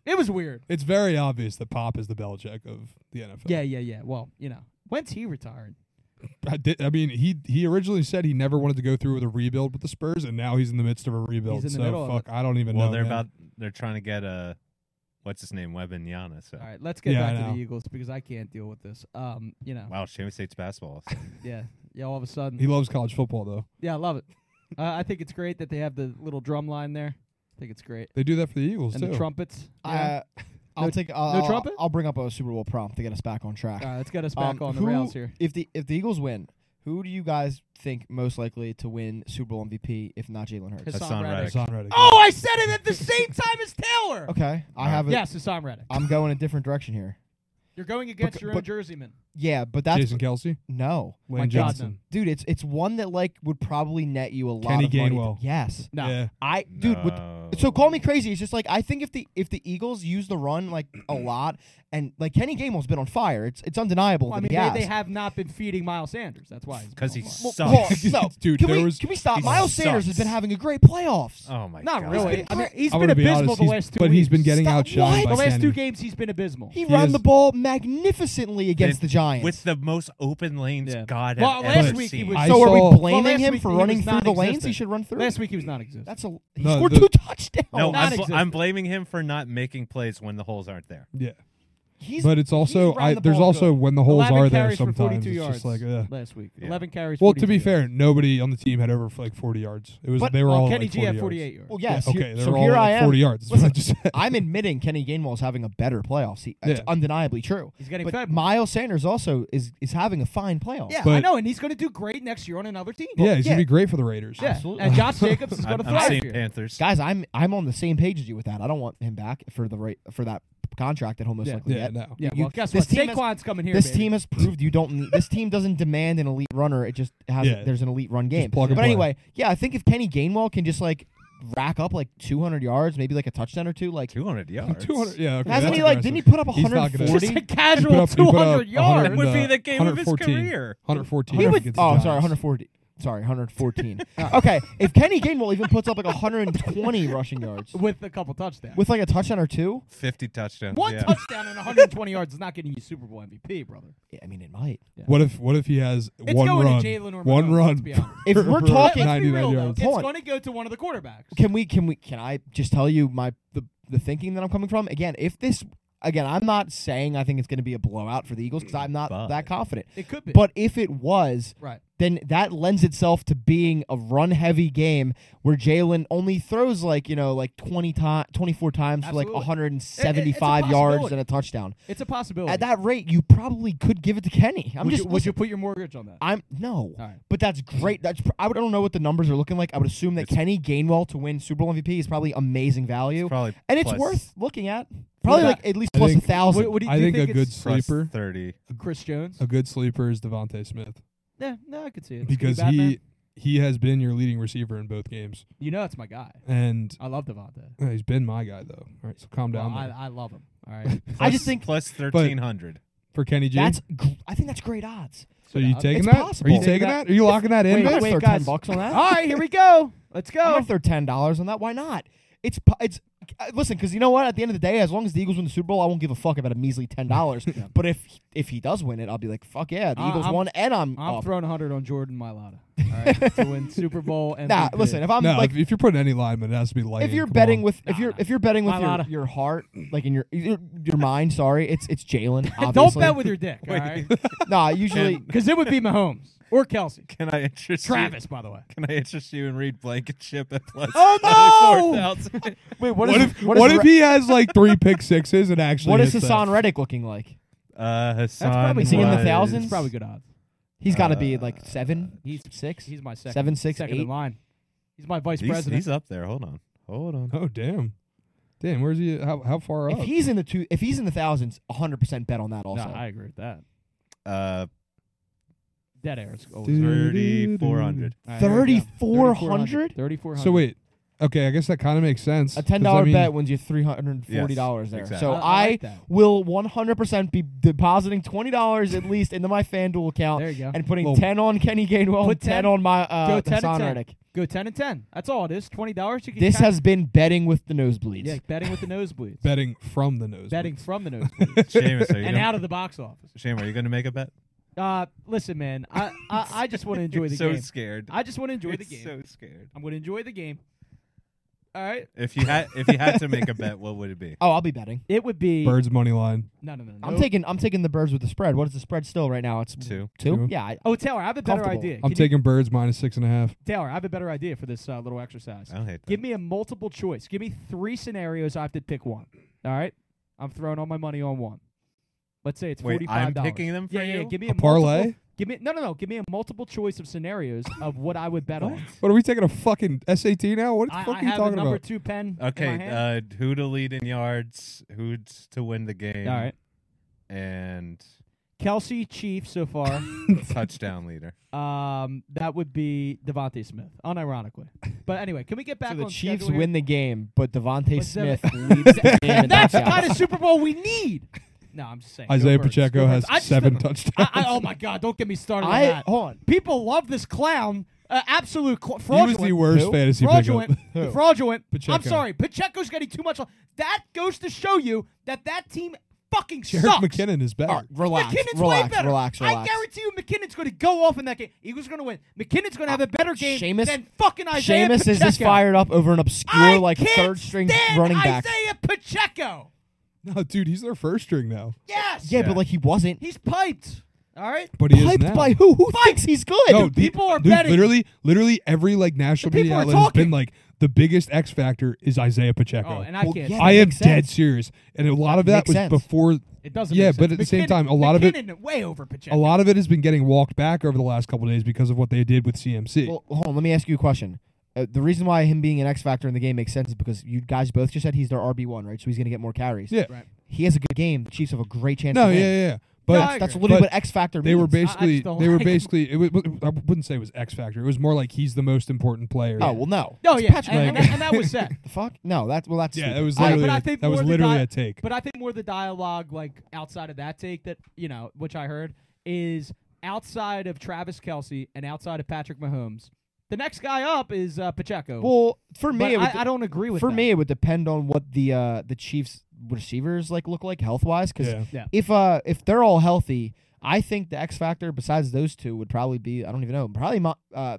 A: it was weird.
C: it's very obvious that Pop is the Belichick of the NFL.
A: Yeah, yeah, yeah. Well, you know, when's he retired?
C: I, did, I mean, he he originally said he never wanted to go through with a rebuild with the Spurs, and now he's in the midst of a rebuild.
A: He's in the
C: so
A: middle of
C: fuck, I don't even
D: well,
C: know.
D: they're
C: man.
D: about they're trying to get a what's his name Webb and Giannis. So.
A: All right, let's get
C: Yeah, I
A: back to
C: know.
A: the Eagles because I can't deal with this. Um, you know,
D: Wow, Seamus State's basketball.
A: yeah, yeah. All of a sudden,
C: He loves college football though.
A: yeah, I love it. Uh, I think it's great that they have the little drum line there. I think it's great,
C: They do that for the Eagles
A: and
C: too.
A: the trumpets. you know?
B: Uh, I'll
A: No-
B: take. I'll,
A: no
B: I'll-
A: trumpet?
B: I'll bring up a Super Bowl prompt to get us back on track.
A: All right, let's get us back
B: Um,
A: on the
B: who-
A: rails here.
B: If the if the Eagles win, who do you guys think most likely to win Super Bowl MVP if not Jalen Hurts?
A: Hassan
D: Hassan
A: Reddick.
D: Reddick.
C: Hassan Reddick.
A: Oh, I said it at the same time as Taylor.
B: Okay, I have. A,
A: Yes, Hassan Reddick.
B: I'm going a different direction here.
A: You're going against
B: Bec-
A: your own
B: but-
A: jerseyman.
B: Yeah, but that's
C: Jason Kelsey,
B: no,
C: Lane
A: God, no.
C: Johnson.
B: dude. It's it's one that like would probably net you a
C: Kenny
B: lot of money.
C: Gainwell.
B: Yes,
A: No.
C: Yeah.
B: I dude. With,
D: No.
B: so call me crazy. It's just like I think if the if the Eagles use the run like a lot and like Kenny Gainwell's been on fire. It's it's undeniable.
A: Well, I
B: that
A: mean,
B: he
A: they,
B: has.
A: they have not been feeding Miles Sanders. That's why.
D: 'Cause
A: been
D: he
A: on fire.
B: Well,
D: sucks.
B: well, no,
C: Dude,
B: can
C: there
B: we
C: was-
B: can we stop?
D: he
B: Miles Sanders has
D: sucks.
B: been having a great playoffs.
D: Oh my
A: not
D: god.
A: really. I mean, he's
C: I'm
A: been
C: gonna be
A: abysmal
C: honest,
A: the
C: he's-
A: last two
C: but
A: weeks.
C: he's been getting
B: Stop-
C: outshone
B: what?
C: by
A: the last
C: Kenny.
A: two games. He's been abysmal.
C: He
B: He, ran
C: is-
B: the ball magnificently against the Giants.
D: With the most open lanes
A: Yeah.
D: God
A: Well,
D: have
A: last
D: ever
A: week he
D: seen.
A: was-
C: I
B: so are
C: saw-
B: we
A: Well,
B: blaming
A: last
B: him
A: week
B: for
A: he was
B: running through the lanes he
A: non-existent.
B: should run through?
A: last week he was non-existent.
B: That's a he
C: No,
B: scored
C: the-
B: two touchdowns.
D: no, I'm, bl-
A: non-existent.
D: I'm blaming him for not making plays when the holes aren't there.
C: Yeah,
B: He's-
C: but it's also
B: he's run
C: I,
B: the
C: there's
B: ball
C: also
B: good.
C: when the holes
A: 11
C: are there
A: carries for
C: sometimes
A: 42
C: it's
A: yards
C: just like uh.
A: last week.
D: Yeah.
A: 11 carries.
C: Well, to be
A: 42 yards.
C: fair, nobody on the team had over like 40 yards. It was
B: But,
C: they were
A: Well,
C: all
A: Kenny
C: like
A: G had
C: 40 yards.
A: 48 yards.
B: well,
C: Yeah,
B: yes.
C: okay, they
B: so
C: were
B: here
C: all
B: I
C: like
B: am.
C: 40 yards. That's what I just said.
B: I'm admitting Kenny Gainwell's having a better playoffs. He, It's
C: Yeah.
B: undeniably true.
A: He's getting
B: but
A: fed.
B: Miles Sanders also is is having a fine playoff.
A: Yeah, I
C: But-
A: know, and he's going to do great next year on another team.
C: yeah, he's
B: yeah.
C: gonna be great for the Raiders.
A: Yeah,
B: absolutely.
A: and Josh Jacobs is going
D: I'm,
A: to
D: I'm
A: thrive
D: seeing
A: here.
D: Panthers.
B: Guys, I'm I'm on the same page as you with that. I don't want him back for the right for that contract that he'll most
A: Yeah.
B: likely
C: yeah,
B: get.
C: no.
A: Yeah,
B: You-
A: well, guess
B: this
A: what?
B: team has-
A: Saquon's coming here.
B: this
A: baby.
B: team has proved you don't. Need, this team doesn't demand an elite runner. It just has
C: Yeah.
B: there's an elite run game.
C: plug
B: But
C: and play.
B: anyway, yeah, I think if Kenny Gainwell can just like rack up like 200 yards, maybe like a touchdown or two, like
D: 200 yards.
C: 200. Yeah, okay,
B: hasn't
C: that's
B: he like
C: aggressive.
B: didn't he put up
C: He's not gonna-
B: 140?
A: Just a
C: He put
A: casual
C: up- he put up
A: 200
C: 100,
A: yards.
D: Would
C: uh,
D: be the game of his
C: 114.
D: career.
C: 114.
B: He would.
C: against the
B: Oh, I'm
C: Giants.
B: sorry, 140. Sorry, 114.
A: Ah.
B: okay, if Kenny Gainwell even puts up like 120 rushing yards
A: with a couple touchdowns.
B: with like a touchdown or two,
D: 50 touchdowns.
A: one
D: yeah.
A: touchdown and 120 yards is not getting you Super Bowl MVP, brother.
B: yeah, I mean it might.
C: What if what if he has
A: It's
C: one
A: going to
C: run?
A: Jalen or
C: one
A: Mahomes,
C: run.
A: let's be honest.
B: If
C: for-
B: we're
C: for
B: talking-
A: Let's be
C: 99
A: real, though.
C: yards.
A: It's
B: Hold on.
A: going to go to one of the quarterbacks.
B: Can we? Can we? Can I just tell you my the the thinking that I'm coming from? Again, if this again, I'm not saying I think it's going to be a blowout for the Eagles because I'm not
D: But-
B: that confident.
A: It could be.
B: But if it was,
A: right.
B: then that lends itself to being a run heavy game where Jalen only throws like, you know, like 20 ti 24 times for
A: Absolutely.
B: like
A: It-
B: 175
A: it- it's a
B: yards
A: possibility.
B: and a touchdown.
A: It's a possibility.
B: At that rate, you probably could give it to Kenny. I'm
A: would
B: just
A: you, would you Oh. put your mortgage on that?
B: I'm no.
A: All right.
B: But that's great. That's pr- I would- I don't know what the numbers are looking like. I would assume that
D: It's-
B: Kenny Gainwell to win Super Bowl MVP is probably amazing value.
D: Probably
B: and it's
D: plus-
B: worth looking at. Probably
A: Yeah.
B: like at least
C: I
B: plus a
C: think-
B: thousand.
A: What- what do you-
C: I
A: do you
C: think, a
A: think
C: good
A: it's-
D: plus
C: sleeper,
D: 30.
A: Chris Jones?
C: a good sleeper is Devonte Smith
A: Yeah, no, I could see it. It's
C: because
A: gonna be
C: he
A: Batman.
C: he has been your leading receiver in both games,
A: you know, that's my guy.
C: and
A: I love Devontae.
C: uh, he's been my guy though. All right, so calm
A: Well,
C: down
A: I,
C: there.
A: I love him. All right.
B: I just think
D: Plus 1,300.
C: for Kenny G.
B: that's gr- I think that's great odds.
C: so you
A: It's
C: taking that?
B: possible.
C: Are you taking that? Are you locking that in?
B: Wait,
C: Vince?
B: wait, throw
A: guys. Oh.
B: 10 bucks on that.
A: All right, here we go. Let's
B: I'm
A: go.
B: gonna throw ten dollars on that. Why not? It's pu- it's uh, listen because you know what? At the end of the day, as long as the Eagles win the Super Bowl, I won't give a fuck about a measly ten dollars. But if if he does win it, I'll be like, fuck yeah, the
A: Uh,
B: Eagles
A: I'm-
B: won, and I'm,
A: I'm
B: up.
A: throwing 100 on Jordan Mailata. All right, to win Super Bowl and
B: Nah, listen, if I'm
C: no,
B: like
C: if, if you're putting any lineman, it has to be light.
B: if you're betting with if
A: Nah,
B: you're
A: nah.
B: if you're betting with
A: My
B: your,
A: lotta-
B: your heart, like in your your, your mind, sorry, it's it's Jalen.
A: don't
B: obviously.
A: bet with your dick, all right?
B: Nah, usually
A: Because it would be Mahomes or Kelsey.
D: Can I interest
A: Travis, by the way.
D: you? Can I interest you in Reed Blankenship at plus
A: Oh, no!
D: 4,000?
B: wait.
C: what
B: is-
C: if what, if
B: Ra-
C: he has like three pick sixes and actually
B: what is
C: hits
B: Hassan
C: that?
B: Reddick looking like?
D: Uh, Hassan
A: That's probably
B: Is he in the
D: was-
B: thousands?
A: It's probably good odds.
B: He's got to be
D: Uh,
B: like seven,
A: He's
B: six,
A: he's my second,
B: seven, six,
A: second
B: eight.
A: in line. He's my vice
D: He's,
A: president.
D: he's up there. Hold on. Hold on.
C: Oh damn, damn. Where's he? How how far
B: If
C: up?
B: he's in the two, if he's in the thousands, hundred percent bet on that.
A: No,
B: Also,
A: I agree with that.
D: Uh,
A: Dead air. It's always.
C: Dude.
D: 3,400.
B: Thirty four hundred.
A: Thirty four hundred.
C: So wait, okay, I guess that kind of makes sense.
B: A
C: 'cause I
B: ten dollar
C: mean-
B: bet wins you three hundred and forty dollars
D: Yes,
B: there.
D: exactly.
B: So
A: I-
B: I,
A: I like that.
B: will one hundred percent be depositing twenty dollars at least into my FanDuel account
A: There you go.
B: and putting
C: Well-
B: ten on Kenny Gainwell,
A: Put
B: and ten,
A: 10
B: on my uh,
A: go ten
B: Hassan
A: and ten.
B: Reddick.
A: Go ten and ten. That's all it is. Twenty dollars. You can.
B: This
A: catch-
B: has been betting with the nosebleeds.
A: Yeah, betting with the nosebleeds.
C: betting from the nose.
A: betting from the nosebleeds
D: Seamus, are you
A: and
D: gonna,
A: out of the box office.
D: Seamus, are you going to make a bet?
A: Uh, listen, man. I I, I just want to enjoy the
D: so
A: game.
D: scared.
A: I just want to enjoy the game.
D: So scared.
A: I'm going to enjoy the game. All right.
D: If you had if you had to make a bet, what would it be?
B: Oh, I'll be betting.
A: It would be
C: Birds money line.
A: no, no, no, no.
B: I'm taking I'm taking the birds with the spread. What is the spread still right now? It's
D: Two.
B: Two.
C: Two.
B: Yeah. I,
A: Oh, Taylor, I have a better
B: Comfortable.
A: idea.
C: I'm
A: Can you-
C: taking birds minus six and a half.
A: Taylor, I have a better idea for this uh, little exercise.
D: I don't hate that.
A: Give me a multiple choice. Give me three scenarios. I have to pick one. All right. I'm throwing all my money on one. Let's say it's
D: Wait,
A: forty
D: I'm
A: five dollars.
D: picking them for
A: Yeah, yeah,
D: you.
A: yeah. Give me a,
C: A parlay?
A: multiple- Give me no, no, no. Give me a multiple choice of scenarios of what I would bet on.
C: What are we taking a fucking SAT now? What the
A: I,
C: fuck
A: I
C: are you
A: have a
C: talking
A: number
C: about?
A: two pen. In my
D: Okay,
A: hand.
D: uh, who to lead in yards, who's to win the game,
A: all right.
D: and
A: Kelsey Chief so far.
D: touchdown leader.
A: um, that would be Devontae Smith, unironically. But anyway, can we get back
B: so the
A: on
B: Chiefs
A: schedule here?
B: win the game, but Devontae
A: But Devin-
B: Smith leads the game. in
A: That's the
B: touchdowns.
A: kind of Super Bowl we need. No, I'm just saying. Go
C: Isaiah
A: Birds,
C: Pacheco
A: go
C: has
A: Birds. I just-
C: seven touchdowns.
A: I, I, oh my God! Don't get me started on
B: I
A: that.
B: hold on.
A: People love this clown. Uh, absolute cl-
C: he was
A: fraudulent.
C: the worst
B: Who?
C: fantasy
A: fraudulent.
C: pickup.
B: Who?
A: Fraudulent. I'm
C: Pacheco.
A: sorry. Pacheco's getting too much. lo- That goes to show you that that team fucking
C: Jared
A: sucks.
C: McKinnon is better.
B: All right, relax,
A: McKinnon's way
B: relax,
A: better.
B: relax,
A: I
B: relax.
A: guarantee you McKinnon's going to go off in that game. Eagles going to win. McKinnon's going to have a better game
B: Seamus-
A: than fucking Isaiah
B: Seamus
A: Pacheco.
B: is this fired up over an obscure
A: I
B: like
A: can't
B: third string
A: stand
B: running back.
A: Isaiah Pacheco.
C: No, dude, he's their first string now.
A: Yes.
B: Yeah,
D: Yeah.
B: but like he wasn't.
A: He's piped. All right.
C: But he is
B: Hyped
C: now.
B: by who? Who thinks he's good?
C: No,
A: Dude, people are
C: dude,
A: betting.
C: Literally, literally every like national
A: The people
C: media
A: are
C: outlet has
A: talking.
C: been like the biggest X factor is Isaiah Pacheco.
A: Oh, and I
B: Well,
A: can't.
B: yeah,
A: stand
C: I
B: that
C: am
B: makes
C: dead
B: sense.
C: serious, and a lot of that
B: makes
C: was
B: sense.
C: before.
A: It doesn't.
C: Yeah,
A: make sense.
C: but at the same
A: McKinnon-
C: time, a lot of it-
A: McKinnon way over Pacheco.
C: A lot of it has been getting walked back over the last couple of days because of what they did with CMC.
B: Well, hold on. Let me ask you a question. Uh, the reason why him being an X factor in the game makes sense is because you guys both just said he's their RB one, right? So he's gonna get more carries.
C: yeah,
A: Right.
B: He has a good game. The Chiefs have a great chance.
C: no,
B: to
C: yeah,
B: win.
C: yeah, yeah.
A: No,
C: But
A: I
B: That's
A: agree.
B: literally
C: But
B: what X factor means.
C: they were
A: just
C: basically
A: don't
C: they were
A: like 'em.
C: basically it was, I wouldn't say it was X factor. It was more like he's the most important player.
B: Oh well, no.
A: No,
B: It's
A: yeah,
B: Patrick
A: and, and,
B: Mahomes.
A: that- and that was said.
B: the fuck? No, that's well, that's
C: yeah,
B: stupid.
C: that was
B: I-
C: literally
A: but I
C: a-
A: think
C: that was
A: more the
C: literally
A: di-
C: a take.
A: But I think more the dialogue, like outside of that take that you know, which I heard, is outside of Travis Kelsey and outside of Patrick Mahomes. The next guy up is uh, Pacheco.
B: well, for
A: But
B: me, it would,
A: I, I don't agree with
B: for
A: that.
B: me, it would depend on what the uh, the Chiefs receivers like look like health wise. Because
C: Yeah.
A: Yeah.
B: if uh if they're all healthy, I think the X factor besides those two would probably be I don't even know probably Mo- uh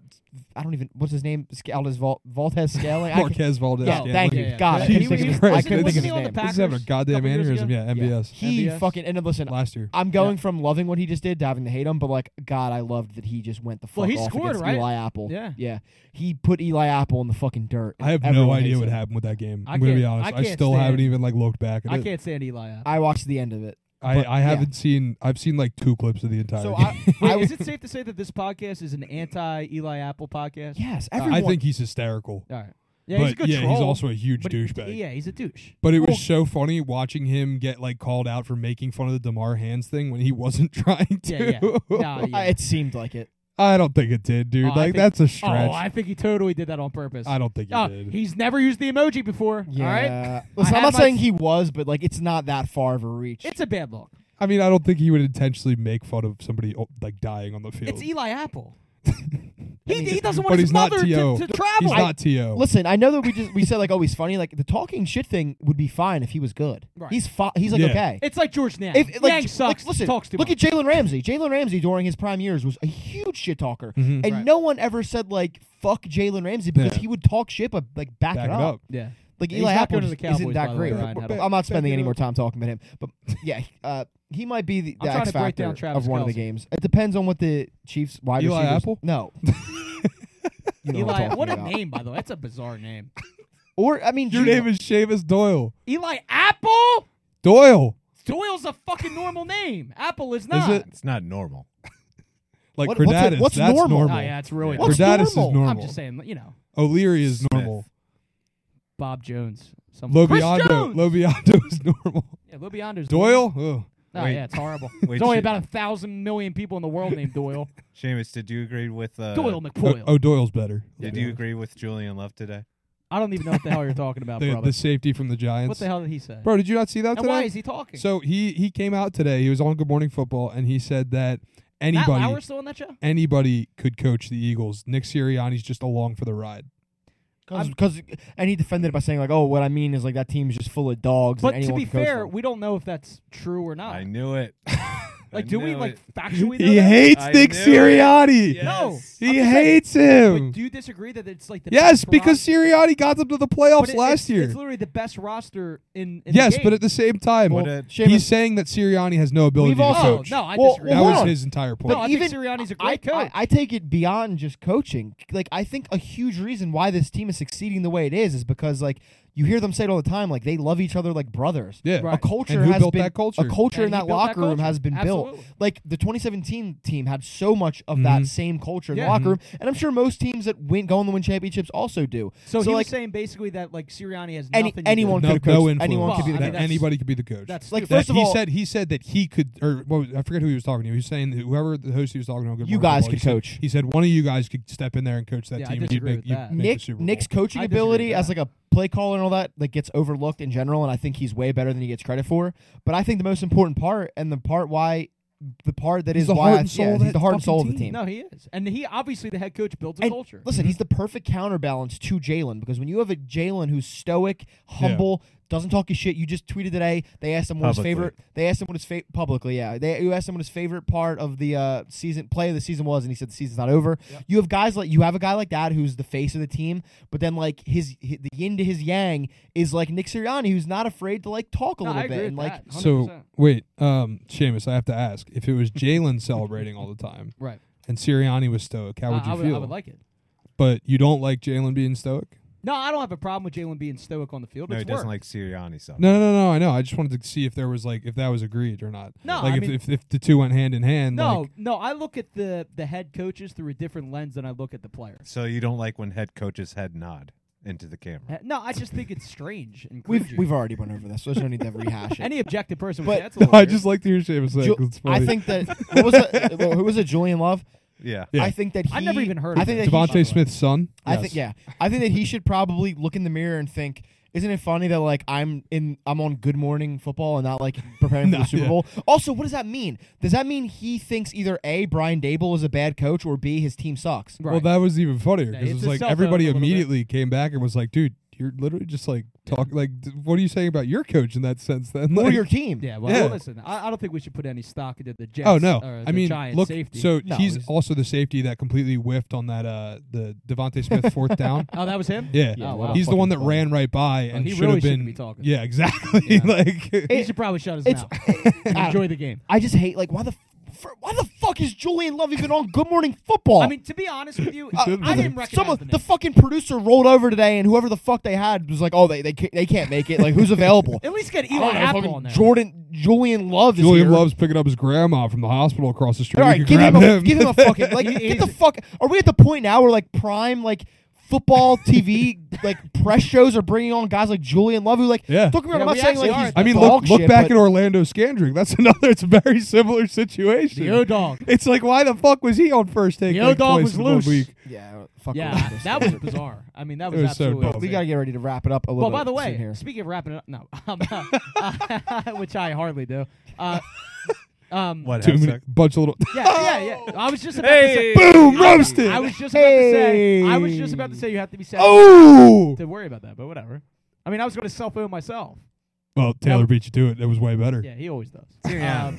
B: I don't even what's his name Scaldez Vol- Valtez Scaling. I can-
C: Marquez Valdez.
A: Oh,
B: yeah,
C: Scantling.
B: thank you. God, I
A: He,
B: couldn't
A: he,
B: think of
A: he,
B: his-
A: was-
B: I
A: wasn't
B: couldn't think of
A: he
B: his
A: on the
B: name.
C: This
A: Packers
C: is having a goddamn
A: couple years
C: aneurysm.
A: ago?
C: Yeah, MBS.
B: he
A: MVS.
B: fucking and listen,
C: Last year.
B: I'm going
A: Yeah.
B: from loving what he just did to having to hate him, but like God, I loved that he just went the fuck
A: Well, he
B: off
A: scored,
B: against
A: right?
B: Eli Apple.
A: Yeah.
B: yeah, he put Eli Apple in the fucking dirt.
C: I have no
B: Everyone
C: idea
B: hates
C: what
B: him.
C: happened with that game.
A: I
C: I'm gonna be
A: can't-
C: honest.
A: I
C: I
A: can't
C: still
A: stand
C: haven't
A: it.
C: even like looked back at
A: I
C: it.
A: can't stand Eli. Apple.
B: I watched the end of it.
C: I,
B: but,
C: I
B: yeah.
C: haven't seen. I've seen like two clips of the entire.
B: So
C: game.
B: I,
A: Wait,
B: I was
A: is it safe to say that this podcast is an anti Eli Apple podcast?
B: yes,
A: I
B: everyone.
C: I think he's hysterical.
A: All right. Yeah,
C: but
A: he's a good
C: yeah,
A: troll.
C: he's also a huge
A: but
C: douchebag.
A: Yeah, he's a douche.
C: But it was
B: Well-
C: so funny watching him get like called out for making fun of the Demar Hands thing when he wasn't trying to.
A: Yeah, yeah. Nah, yeah.
B: Uh, it seemed like it.
C: I don't think it did, dude.
A: Oh, I
C: like
A: think-
C: that's a stretch.
A: Oh, I think he totally did that on purpose.
C: I don't think it
A: Oh,
C: did.
A: he's never used the emoji before. All right.
B: Yeah. Listen,
A: I had
B: I'm not
A: my-
B: saying he was, but like it's not that far of a reach.
A: It's a bad look.
C: I mean, I don't think he would intentionally make fun of somebody oh, like dying on the field.
A: It's Eli Apple.
B: I
A: he,
B: mean-
A: he doesn't
C: But
A: want his
C: he's not
A: mother to,
C: T.O.
A: to travel.
C: he's not to.
B: Listen, I know that we just we said like oh he's funny. Like the talking shit thing would be fine if he was good.
A: Right.
B: He's fi- he's like
C: Yeah.
B: okay.
A: it's like George Nang.
B: If, like,
A: Nang sucks.
B: like, listen,
A: talks too
B: look
A: much.
B: at Jalen Ramsey. Jalen Ramsey during his prime years was a huge shit talker,
C: Mhm.
B: and
A: Right.
B: no one ever said like "fuck Jalen Ramsey" because
C: Yeah.
B: he would talk shit, but like back,
C: back it up.
A: yeah.
B: Like
A: He's
B: Eli
A: not
B: Apple
A: going to the
B: just isn't
A: Cowboys, by
B: that
A: the way,
B: great.
A: Ryan
B: But-
A: Haddad.
B: I'm not spending
C: Back it
B: any more
C: up.
B: time talking about him, but yeah, uh, he might be the,
A: I'm
B: the
A: trying
B: X
A: to break down
B: factor
A: Travis
B: of one of the
A: Kelce.
B: games. It depends on what the Chiefs wide
C: Eli
B: receivers.
C: Apple?
B: No, You know
A: Eli,
B: I'm
A: what
B: talking
A: a
B: about.
A: name, by the way. That's a bizarre name.
B: Or I mean,
C: Your
B: Gino.
C: name is Seamus Doyle.
A: Eli Apple.
C: Doyle.
A: Doyle's a fucking normal name. Apple is not. Oh,
C: it?
D: It's not normal.
C: Like
B: What- what's it-
C: Cordatus,
B: what's
C: that's
B: normal?
C: normal.
A: Oh yeah, it's really.
B: What's
C: Cordatus is
B: normal? I'm
C: normal.
A: I'm just saying, you know,
C: O'Leary is
D: Smith.
C: normal.
A: Bob Jones. Some Chris
C: Lobiando.
A: Jones.
C: Lobiando is normal.
A: yeah, Lobiondo's
C: Doyle. Ugh.
A: Oh,
D: Wait.
A: yeah, it's horrible.
D: Wait,
A: There's only
D: shit.
A: about a thousand million people in the world named Doyle.
D: Seamus, did you agree with uh,
A: Doyle
C: Oh,
A: McPoyle.
C: oh, Doyle's better.
D: Did you agree with Julian Love today?
A: I don't even know what the hell you're talking about,
C: The,
A: brother.
C: the safety from the Giants.
A: What the hell did he say?
C: Bro, did you not see that
A: and
C: today?
A: why is he talking?
C: So he he came out today. He was on Good Morning Football, and he said that
A: Matt
C: anybody
A: Lauer's still on that show?
C: anybody could coach the Eagles. Nick Sirianni's just along for the ride.
A: I'm-
B: Because and he defended it by saying like, "Oh, what I mean is like that team's just full of dogs."
A: But
B: and
A: to
B: anyone
A: be
B: can coach
A: fair,
B: them."
A: we don't know if that's true or not.
D: I knew it. I
A: like, do we
D: knew
A: like
D: it.
A: factually? Know
C: He
A: that?
C: hates
D: I
C: Nick
D: knew it.
C: Sirianni.
A: No.
D: Yes.
A: I'm
C: He
A: just saying,
C: hates
A: But
C: him.
A: do you disagree that it's like the
C: Yes,
A: best
C: because
A: ros-
C: Sirianni got them to the
A: but
C: playoffs
A: it-
C: last
A: it's-
C: year.
A: It's literally the best roster in. in
C: yes,
A: the game.
C: but at the same time,
D: What a-
B: Seamus,
C: he's saying that Sirianni has no ability
B: We've
C: to
B: also-
A: no,
C: coach.
A: no, I
B: Well-
A: disagree.
C: that
B: well, hold
C: was
B: on.
C: his entire
A: no,
C: point.
A: I
B: even-
A: think Sirianni's a
B: I,
A: great coach.
B: I, I take it beyond just coaching. Like I think a huge reason why this team is succeeding the way it is is because like you hear them say it all the time, like they love each other like brothers.
C: yeah,
A: Right.
B: A culture
C: And who
B: has
C: built
B: been
C: that culture?
B: a culture
A: And he
B: in that
A: built that
B: locker room
A: culture.
B: has been built.
A: Absolutely.
B: Like the 2017 team had so much of
C: Mhm.
B: that same culture in
A: Yeah.
B: the locker
C: Mm-hmm.
B: room, and I'm sure most teams that win go on to win championships also do.
A: so he was
B: like
A: saying basically that like Sirianni has
B: Any-
A: nothing.
B: anyone
A: to
C: no,
A: do.
B: could
C: no
B: have coached.
C: influence.
B: Anyone could be
A: Well, I
B: the
A: mean,
C: That
B: coach.
A: that's-
C: anybody could be the coach.
A: That's
B: like,
A: stupid.
B: first
C: That
B: of
C: he
B: all-
C: said he said that he could, or well, I forget who he was talking to. He was saying that whoever the host he was talking to, on Good
B: You
C: Morning
B: guys
C: Football,
B: could
C: he said-
B: coach.
C: he said one of you guys could step in there and coach that
A: Yeah, I
C: team. and
A: disagree
C: you'd
A: with
C: make,
A: that.
C: you'd make the
B: Nick
C: Super Bowl.
B: Nick's coaching
A: I disagree with
B: ability as
A: that.
B: like a play caller and all that like gets overlooked in general, and I think he's way better than he gets credit for. But I think the most important part and the part why the part that is
C: He's the
B: why
C: heart
B: I-
C: and soul
B: yeah,
C: of
B: he's
C: that
B: the heart and
C: fucking
B: soul of the
C: team.
B: team.
A: No, he is, and he obviously the head coach builds a
B: And
A: culture.
B: Listen, he's the perfect counterbalance to Jalen because when you have a Jalen who's stoic, humble, doesn't talk his shit. You just tweeted today. They asked him what
D: Publicly.
B: his favorite. They asked him what his fa- publicly. Yeah, they you asked him what his favorite part of the uh, season play of the season was, and he said the season's not over. You have guys like you have a guy like that who's the face of the team, but then like his, hi- the yin to his yang is like Nick Sirianni, who's not afraid to like talk a
A: No,
B: little
A: I
B: bit
A: agree
B: and
A: with
B: like
A: that,
C: So
A: 100%.
C: wait, um, Seamus, I have to ask if it was Jalen celebrating all the time
A: right?
C: and Sirianni was stoic, how would
A: Uh, I-
C: you
A: I would,
C: feel?
A: I would like it.
C: but you don't like Jalen being stoic?
A: No, I don't have a problem with Jalen being stoic on the field.
D: No,
A: it's
D: he doesn't
A: work.
D: like Sirianni. So
C: No, no, no, no. I know. I just wanted to see if there was like if that was agreed or not.
A: No,
C: like
A: I
C: if,
A: mean-
C: if if the two went hand in hand.
A: No,
C: like,
A: no, I look at the the head coaches through a different lens than I look at the players.
D: So you don't like when head coaches head nod into the camera.
A: He- Eh, No, I just think it's strange and
B: we've
A: cringy.
B: we've already went over this, so there's no need to rehash it.
A: any objective person. would say
B: But-
A: that's a little
C: I
A: weird.
C: just like to hear Seamus say.
B: Ju-
C: it 'cause it's
B: I
C: funny.
B: think that what was it? Who was it? Julian Love.
D: Yeah.
C: Yeah.
B: I think that he,
A: I never even heard
B: I
A: of
B: think
A: it.
B: that he
A: by the way.
C: Devontae Smith's son.
B: I think yeah. I think that he should probably look in the mirror and think, isn't it funny that like I'm in I'm on Good Morning Football and not like preparing for
C: Nah,
B: the Super
C: yeah.
B: Bowl? Also, what does that mean? Does that mean he thinks either A, Brian Dable is a bad coach or B, his team sucks?
A: Right.
C: Well, that was even funnier
A: Yeah,
C: because
A: it's
C: it's
A: a
C: like
A: cell phone
C: everybody
A: a little bit.
C: immediately came back and was like, "Dude, you're literally just like talking. Like, d- what are you saying about your coach in that sense? Then,
B: Or
C: like,
B: your team.
A: Yeah, well,
C: Yeah.
A: listen, I, I don't think we should put any stock into the Jets.
C: oh no,
A: or
C: I
A: the
C: mean,
A: Giants
C: look.
A: safety.
C: So
B: No,
C: he's
B: he's-
C: also the safety that completely whiffed on that uh the Devonte Smith fourth down.
A: oh, that was him.
C: Yeah,
B: Yeah,
A: Oh, wow.
C: he's the
B: fucking
C: one that
B: funny.
C: ran right by and
A: Oh, he
C: should
A: really
C: have
A: shouldn't
C: been.
A: be talking.
C: Yeah, exactly.
A: Yeah.
C: like,
A: he should probably shut his
B: it's-
A: mouth and enjoy the game.
B: Ah. I just hate like why the f- why the fuck is Julian Love even on Good Morning Football?
A: I mean, to be honest with you, I,
C: shouldn't
A: I
C: be.
A: didn't recognize
B: Someone,
A: the,
B: the
A: name.
B: fucking producer rolled over today, and whoever the fuck they had was like, "Oh, they they can't, they can't make it. Like, who's available?
A: At least
C: Oh,
A: get
B: I don't
A: Eli
B: know,
A: Apple
B: Oh, fucking
A: on there.
B: Jordan Julian Love is
C: Julian
B: here.
C: Love's picking up his grandma from the hospital across the street.
B: All
C: We
B: right,
C: could
B: give
C: grab
B: him, a, give him a fucking like.
A: He
B: get the
A: is-
B: fuck. Are we at the point now where like prime like football TV like press shows are bringing on guys like Julian Love who like
C: Yeah.
B: don't get me
A: Yeah,
B: wrong, I'm not
A: we
B: saying
A: actually
B: like
A: are
B: he's
A: at
C: I mean,
B: dog
C: look, look
B: shit,
C: back
B: but
C: at Orlando Scandrick. That's another. It's a very similar situation.
A: The O dog.
C: It's like, why the fuck was he on first take?
A: The old
C: like,
A: dog
C: twice
A: was
C: in one
A: loose.
C: Week?
B: yeah, fuck
A: Yeah,
B: Orlando
A: that was
B: Scandrick.
A: bizarre. I mean, that
C: It
A: was,
C: was so
A: absolutely.
C: dumb.
B: We gotta get ready to wrap it up a little.
A: well, by the
B: bit soon
A: way,
B: here.
A: speaking of wrapping it up, no, um, uh, which I hardly do. Uh, um,
D: What?
C: Two
D: have
C: minute
D: sex?
C: bunch of little.
A: Yeah, yeah, yeah. I was just about to say.
D: Hey.
C: Boom,
A: I-
C: roasted.
A: I was just about to say. I was just about to say you have to be sad
C: oh.
A: to worry about that, but whatever. I mean, I was going to self own myself.
C: Well, Taylor beat you to it. That was way better.
A: Yeah, he always does. Um,
D: Sirianni.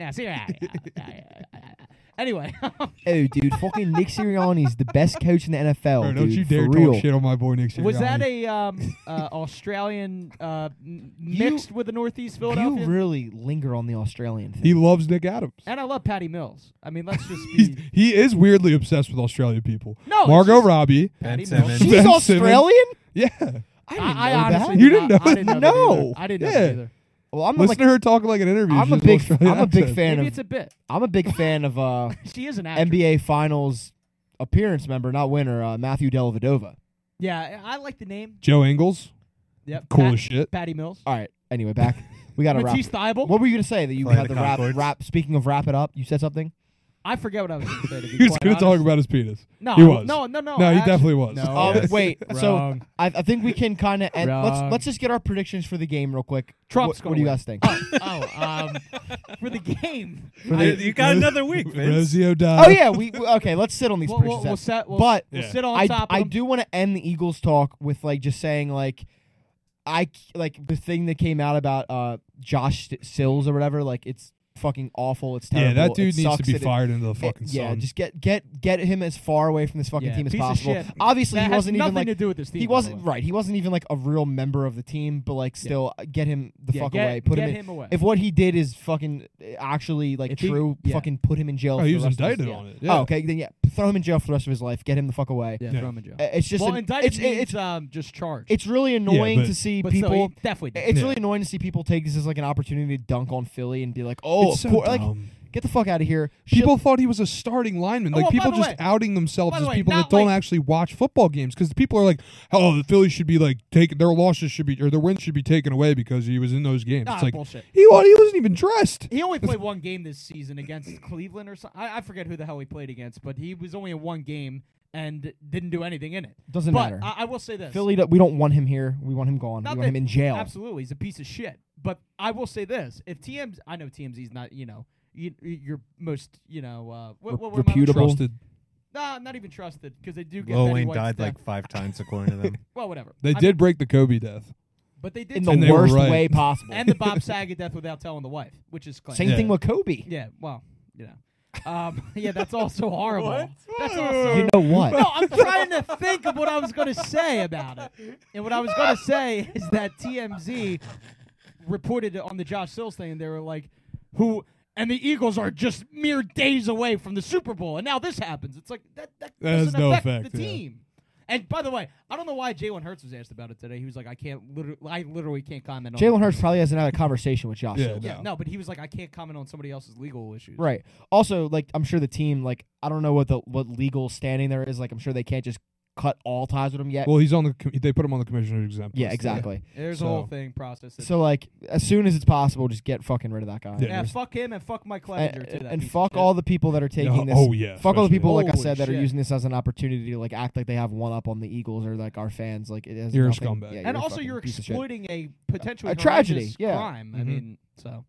A: yeah, Sirianni. Yeah, yeah, yeah, yeah, yeah. Anyway,
B: oh, dude, fucking Nick Sirianni's the best coach in the NFL.
C: Bro, don't
B: Oh, dude,
C: you dare
B: for
C: talk
B: real.
C: shit on my boy Nick Sirianni.
A: was that a um, uh, Australian uh, m-
B: You-
A: mixed with the Northeast
B: You
A: Philadelphia?
B: really linger on the Australian thing.
C: He loves Nick Adams.
A: and I love Patty Mills. I mean, let's just
C: He's,
A: be.
C: he is weirdly obsessed with Australian people.
B: Oh,
A: No, it's
C: Margot
A: just-
C: Robbie.
D: Ben
A: Patty
D: Simmons.
C: She-
B: She's
C: Ben Simmons.
B: Australian.
C: Yeah.
B: I didn't
A: I, I
B: know
A: honestly
B: that.
C: You
A: did
C: didn't
A: not-
C: know
A: I didn't know. that
C: No.
A: either. I didn't know
C: Yeah.
A: that either.
B: Well, I'm
C: Listen
B: like
C: to her talk like an interview.
B: I'm
C: She
B: a
C: has
B: big
C: Australian
B: I'm a big
C: accent.
B: fan
A: Maybe
B: of
A: it's a bit.
B: I'm a big fan of uh,
A: She is an actress.
B: NBA Finals appearance member, not winner, uh, Matthew Dellavedova.
A: Yeah, I I like the name.
C: Joe Ingles.
A: Yep.
C: Cool
A: Pat-
C: as shit.
A: Patty Mills.
B: All right. Anyway, back We got to wrap.
A: Matisse Thybul.
B: What were you gonna say that you
D: Flying
B: had
D: the
B: the wrap?
D: Concords.
B: Wrap. Speaking of wrap it up, you said something.
A: I forget what I was going to say. To be
C: He was
A: quite
C: going to talk
A: honest.
C: about his penis.
A: No,
C: He was.
A: no, no, no.
C: no,
A: I
C: he
A: actually-
C: definitely was.
A: No.
B: Oh
A: Yes.
B: wait, so
A: Wrong.
B: I, I think we can kind of end.
A: Wrong.
B: Let's let's just get our predictions for the game real quick.
A: Trump's gonna
B: what, what do you
A: win.
B: guys think?
A: oh, oh, um, for the game.
B: For
D: I-
B: the-
D: you got another week, Vince.
C: Rosie O'Donnell.
B: oh yeah, we we- okay. Let's sit on these
A: We'll, we'll,
B: predictions.
A: we'll,
B: after.
A: set, we'll,
B: but
A: we'll
C: Yeah.
A: sit on
B: I,
A: top.
B: I
A: of them.
B: do want to end the Eagles talk with like just saying like I c- like the thing that came out about uh Josh St- Sills or whatever. Like it's fucking awful. It's terrible.
C: Yeah, that
B: it
C: dude needs to
B: sucks
C: be
B: that it-
C: fired into the
B: it-
C: fucking
B: yeah,
C: sun.
B: just get get get him as far away from this fucking
A: Yeah,
B: team as
A: piece of
B: possible.
A: shit.
B: Obviously,
A: That
B: he
A: has
B: wasn't even
A: nothing
B: like
A: to do with this team.
B: he
A: by the
B: wasn't
A: way.
B: right. He wasn't even like a real member of the team, but like still uh, get him the
A: Yeah,
B: fuck
A: get,
B: away. Put
A: get
B: him in.
A: away.
B: If what he did is fucking uh, actually like
A: If he-
B: true,
A: yeah.
B: fucking put him in jail.
C: oh,
B: for
C: he
B: the
C: was
B: rest of his-
C: indicted
A: yeah.
C: on it.
B: Oh,
C: Yeah.
B: okay. Then yeah, throw him in jail for the rest of his life. Get him the fuck away.
A: yeah,
C: Yeah.
A: throw him in jail.
B: Uh, It's just
A: well,
B: an-
A: indicted
B: it's
A: means
B: it's
A: um, just charged.
B: it's really annoying
C: but-
B: to see
A: but
B: people.
A: still, he definitely. Did.
B: it's
C: Yeah.
B: really annoying to see people take this as like an opportunity to dunk on Philly and be like, "Oh,
C: It's so
B: of course, like
C: dumb.
B: get the fuck out of here." Shit-
C: People thought he was a starting lineman.
A: Oh,
C: Like
A: well, by
C: people
A: the
C: just
A: way-
C: outing themselves
A: by
C: as
A: the way,
C: people that
A: not
C: don't
A: like-
C: actually watch football games because people are like, "Oh, the Phillies should be like taking their losses should be or their wins should be taken away because he was in those games."
A: Nah,
C: it's like
A: Ah, bullshit.
C: he wa- he wasn't even dressed.
A: He only played one game this season against Cleveland or something. I, I forget who the hell he played against, but he was only in one game and didn't do anything in it.
B: doesn't
A: but
B: matter.
A: I, I will say this:
B: Philly, do- we don't want him here. We want him gone.
A: Not
B: we
A: that-
B: want him in jail.
A: absolutely, he's a piece of shit. But I will say this: if TMZ, I know TMZ's not, you know, you, your most, you know, uh, what, what, what am I-
B: reputable.
C: Trusted.
A: Nah, not even trusted because they do get
D: Lil
A: Betty
D: Wayne
A: White's
D: died
A: death.
D: like five times according to them.
A: well, whatever.
C: They
A: I
C: did break the Kobe death.
A: mean, but they did
B: In the
C: And
A: say-
C: they were
B: worst
C: right.
B: way possible.
A: and the Bob Saget death without telling the wife, which is claimed.
B: Same
C: Yeah.
B: thing with Kobe.
A: Yeah, well, you know, um, yeah, that's also horrible.
D: What?
A: That's
D: Whoa.
A: also
B: You know what?
A: No, I'm trying to think of what I was going to say about it. And what I was going to say is that TMZ reported on the Josh Sills thing, and they were like, who. And the Eagles are just mere days away from the Super Bowl, and now this happens. It's like that, that,
C: That has
A: doesn't
C: no
A: affect
C: effect,
A: the
C: yeah.
A: team. And by the way, I don't know why Jalen Hurts was asked about it today. He was like, "I can't, literally, I literally can't comment on."
B: Jalen Hurts probably hasn't had a conversation with Josh.
C: Yeah,
B: Allen.
A: Yeah, no, but he was like, "I can't comment on somebody else's legal issues."
B: Right. Also, like I'm sure the team, like I don't know what the what legal standing there is. Like I'm sure they can't just cut all ties with him yet.
C: Well, he's on the. com- They put him on the commissioner's exempt.
B: yeah,
C: list.
B: exactly.
A: There's
C: So-
A: a whole thing process. that-
B: So like as soon as it's possible, just get fucking rid of that guy.
C: Yeah.
A: yeah, fuck him and fuck Mike Clevenger
B: And,
A: too. that
B: and
A: piece of
B: fuck
A: shit.
B: all the people that are
C: Yeah.
B: taking this.
C: Oh yeah.
B: Fuck all the
C: especially.
B: people, like I
A: Holy
B: said, that are
A: shit.
B: using this as an opportunity to like act like they have one up on the Eagles or like our fans. Like it has
C: You're a
B: nothing-
C: scumbag.
B: yeah,
C: And
A: and
B: a
A: also
B: fucking
A: you're
B: piece of shit.
A: exploiting a potential
B: A tragedy,
A: horrendous
B: yeah. Mm-hmm.
A: crime. I
C: Mhm.
A: mean, so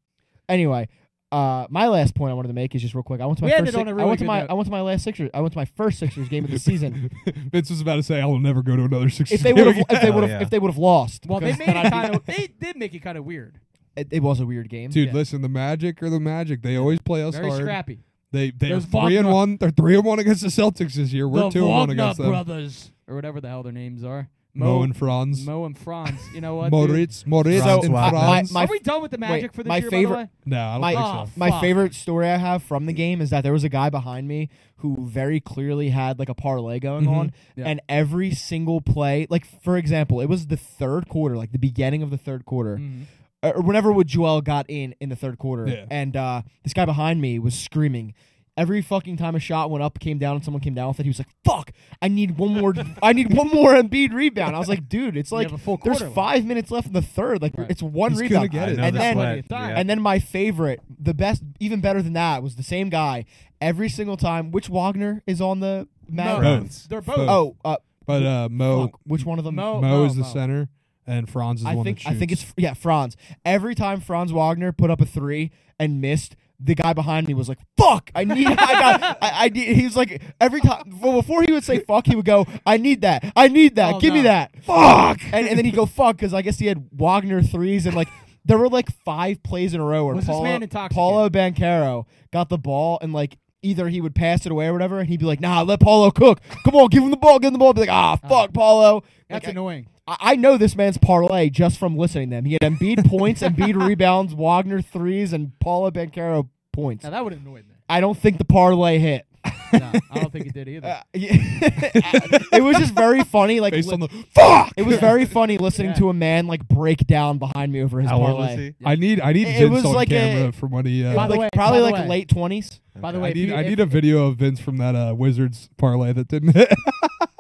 B: Anyway, uh, my last point I wanted to make is just real quick. I went to my
A: We
B: first.
A: ended on a
B: I
A: really
B: went to
A: good
B: my.
A: note.
B: I went to my last Sixers. I went to my first Sixers game of the season.
C: Vince was about to say, "I will never go to another six.
B: if they would have, if they
D: Oh,
B: would have,
D: yeah.
B: if they would have lost.
A: well, they
B: because
A: made
B: then
A: it
B: I'd be-
A: kind of they did make it kind of weird,
B: It, it was a weird game.
C: Dude,
A: Yeah.
C: listen, the Magic are the Magic. They always play us
A: very
C: hard.
A: scrappy.
C: They they
A: Those
C: are three and
A: Wagner-
C: one. They're three and one against the Celtics this year. We're
A: the
C: two and one
A: Wagner
C: against them.
A: brothers or whatever the hell their names are.
C: Mo and Franz.
A: Mo and Franz. You know what? dude?
C: Moritz, Moritz,
D: So,
C: and
D: I- my-
C: Franz.
B: my-
A: are we done with the Magic
B: wait,
A: for this
B: my
A: year?
B: favorite-
A: by the way?
C: no, I don't
B: my-
C: think
A: Oh,
C: so.
B: My
A: fuck.
B: favorite story I have from the game is that there was a guy behind me who very clearly had like a parlay going
C: Mm-hmm.
B: on,
A: Yeah.
B: and every single play, like for example, it was the third quarter, like the beginning of the third quarter,
A: Mhm.
B: or or whenever would Joel got in in the third quarter,
C: Mm. Yeah.
B: and uh, this guy behind me was screaming. Every fucking time a shot went up, came down, and someone came down with it, he was like, "Fuck! I need one more. I need one more Embiid rebound." I was like, "Dude, it's
A: You
B: like
A: have a full
B: there's
A: quarter left.
B: five minutes left in the third. Like
A: Right.
B: it's one
C: He's gonna
B: rebound.
C: get
D: I
C: it.
D: know
B: And
D: the
B: then-
D: sweat.
A: Yeah.
D: Yeah.
B: And then my favorite, the best, even better than that, was the same guy every single time. Which Wagner is on the
A: Mo.
B: Maverick?
D: Both.
A: They're both.
C: Both.
B: Oh, uh,
C: But uh, Mo,
B: fuck, which one of them?
A: Oh, Mo,
C: Mo, is the center, and Franz is the
B: I
C: one
B: think
C: that
B: I
C: shoots.
B: think it's yeah, Franz. Every time Franz Wagner put up a three and missed, the guy behind me was like, "Fuck! I need. I got. I, I need." He was like, every time well, before he would say "fuck," he would go, "I need that. I need that.
A: Oh,
B: Give me
A: no.
B: that. Fuck!" And, and then he'd go, "Fuck," because I guess he had Wagner threes and like. There were like five plays in a row where
A: Was this
B: Paulo,
A: man intoxicated?
B: Paulo Bancaro got the ball and like either he would pass it away or whatever, and he'd be like, "Nah, let Paulo cook. Come on, give him the ball, give him the ball." I'd be like, "Ah, fuck, Paulo."
A: That's
B: Like, I-
A: annoying.
B: I I know this man's parlay just from listening to them. He had Embiid points, Embiid rebounds, Wagner threes, and Paula Bancaro points.
A: Now that would annoy me.
B: I don't think the parlay hit.
A: No, I don't think it did either.
B: Uh, yeah. it was just very funny. Like
C: based
B: li-
C: on the fuck.
B: it was very funny listening
A: Yeah.
B: to a man like break down behind me over his
D: How old was
B: parlay.
D: he?
C: I need I need
B: It
C: Vince
B: was
C: on
B: like a-
C: camera from when he.
B: It
C: Uh,
B: was,
A: By the
B: like
A: way-
B: probably
A: by the
B: like
A: way-
B: late twenties.
A: By the
D: Okay.
A: way,
C: I
A: if
C: need
A: you-
C: I
A: if-
C: need a video of Vince from that uh, Wizards parlay that didn't hit.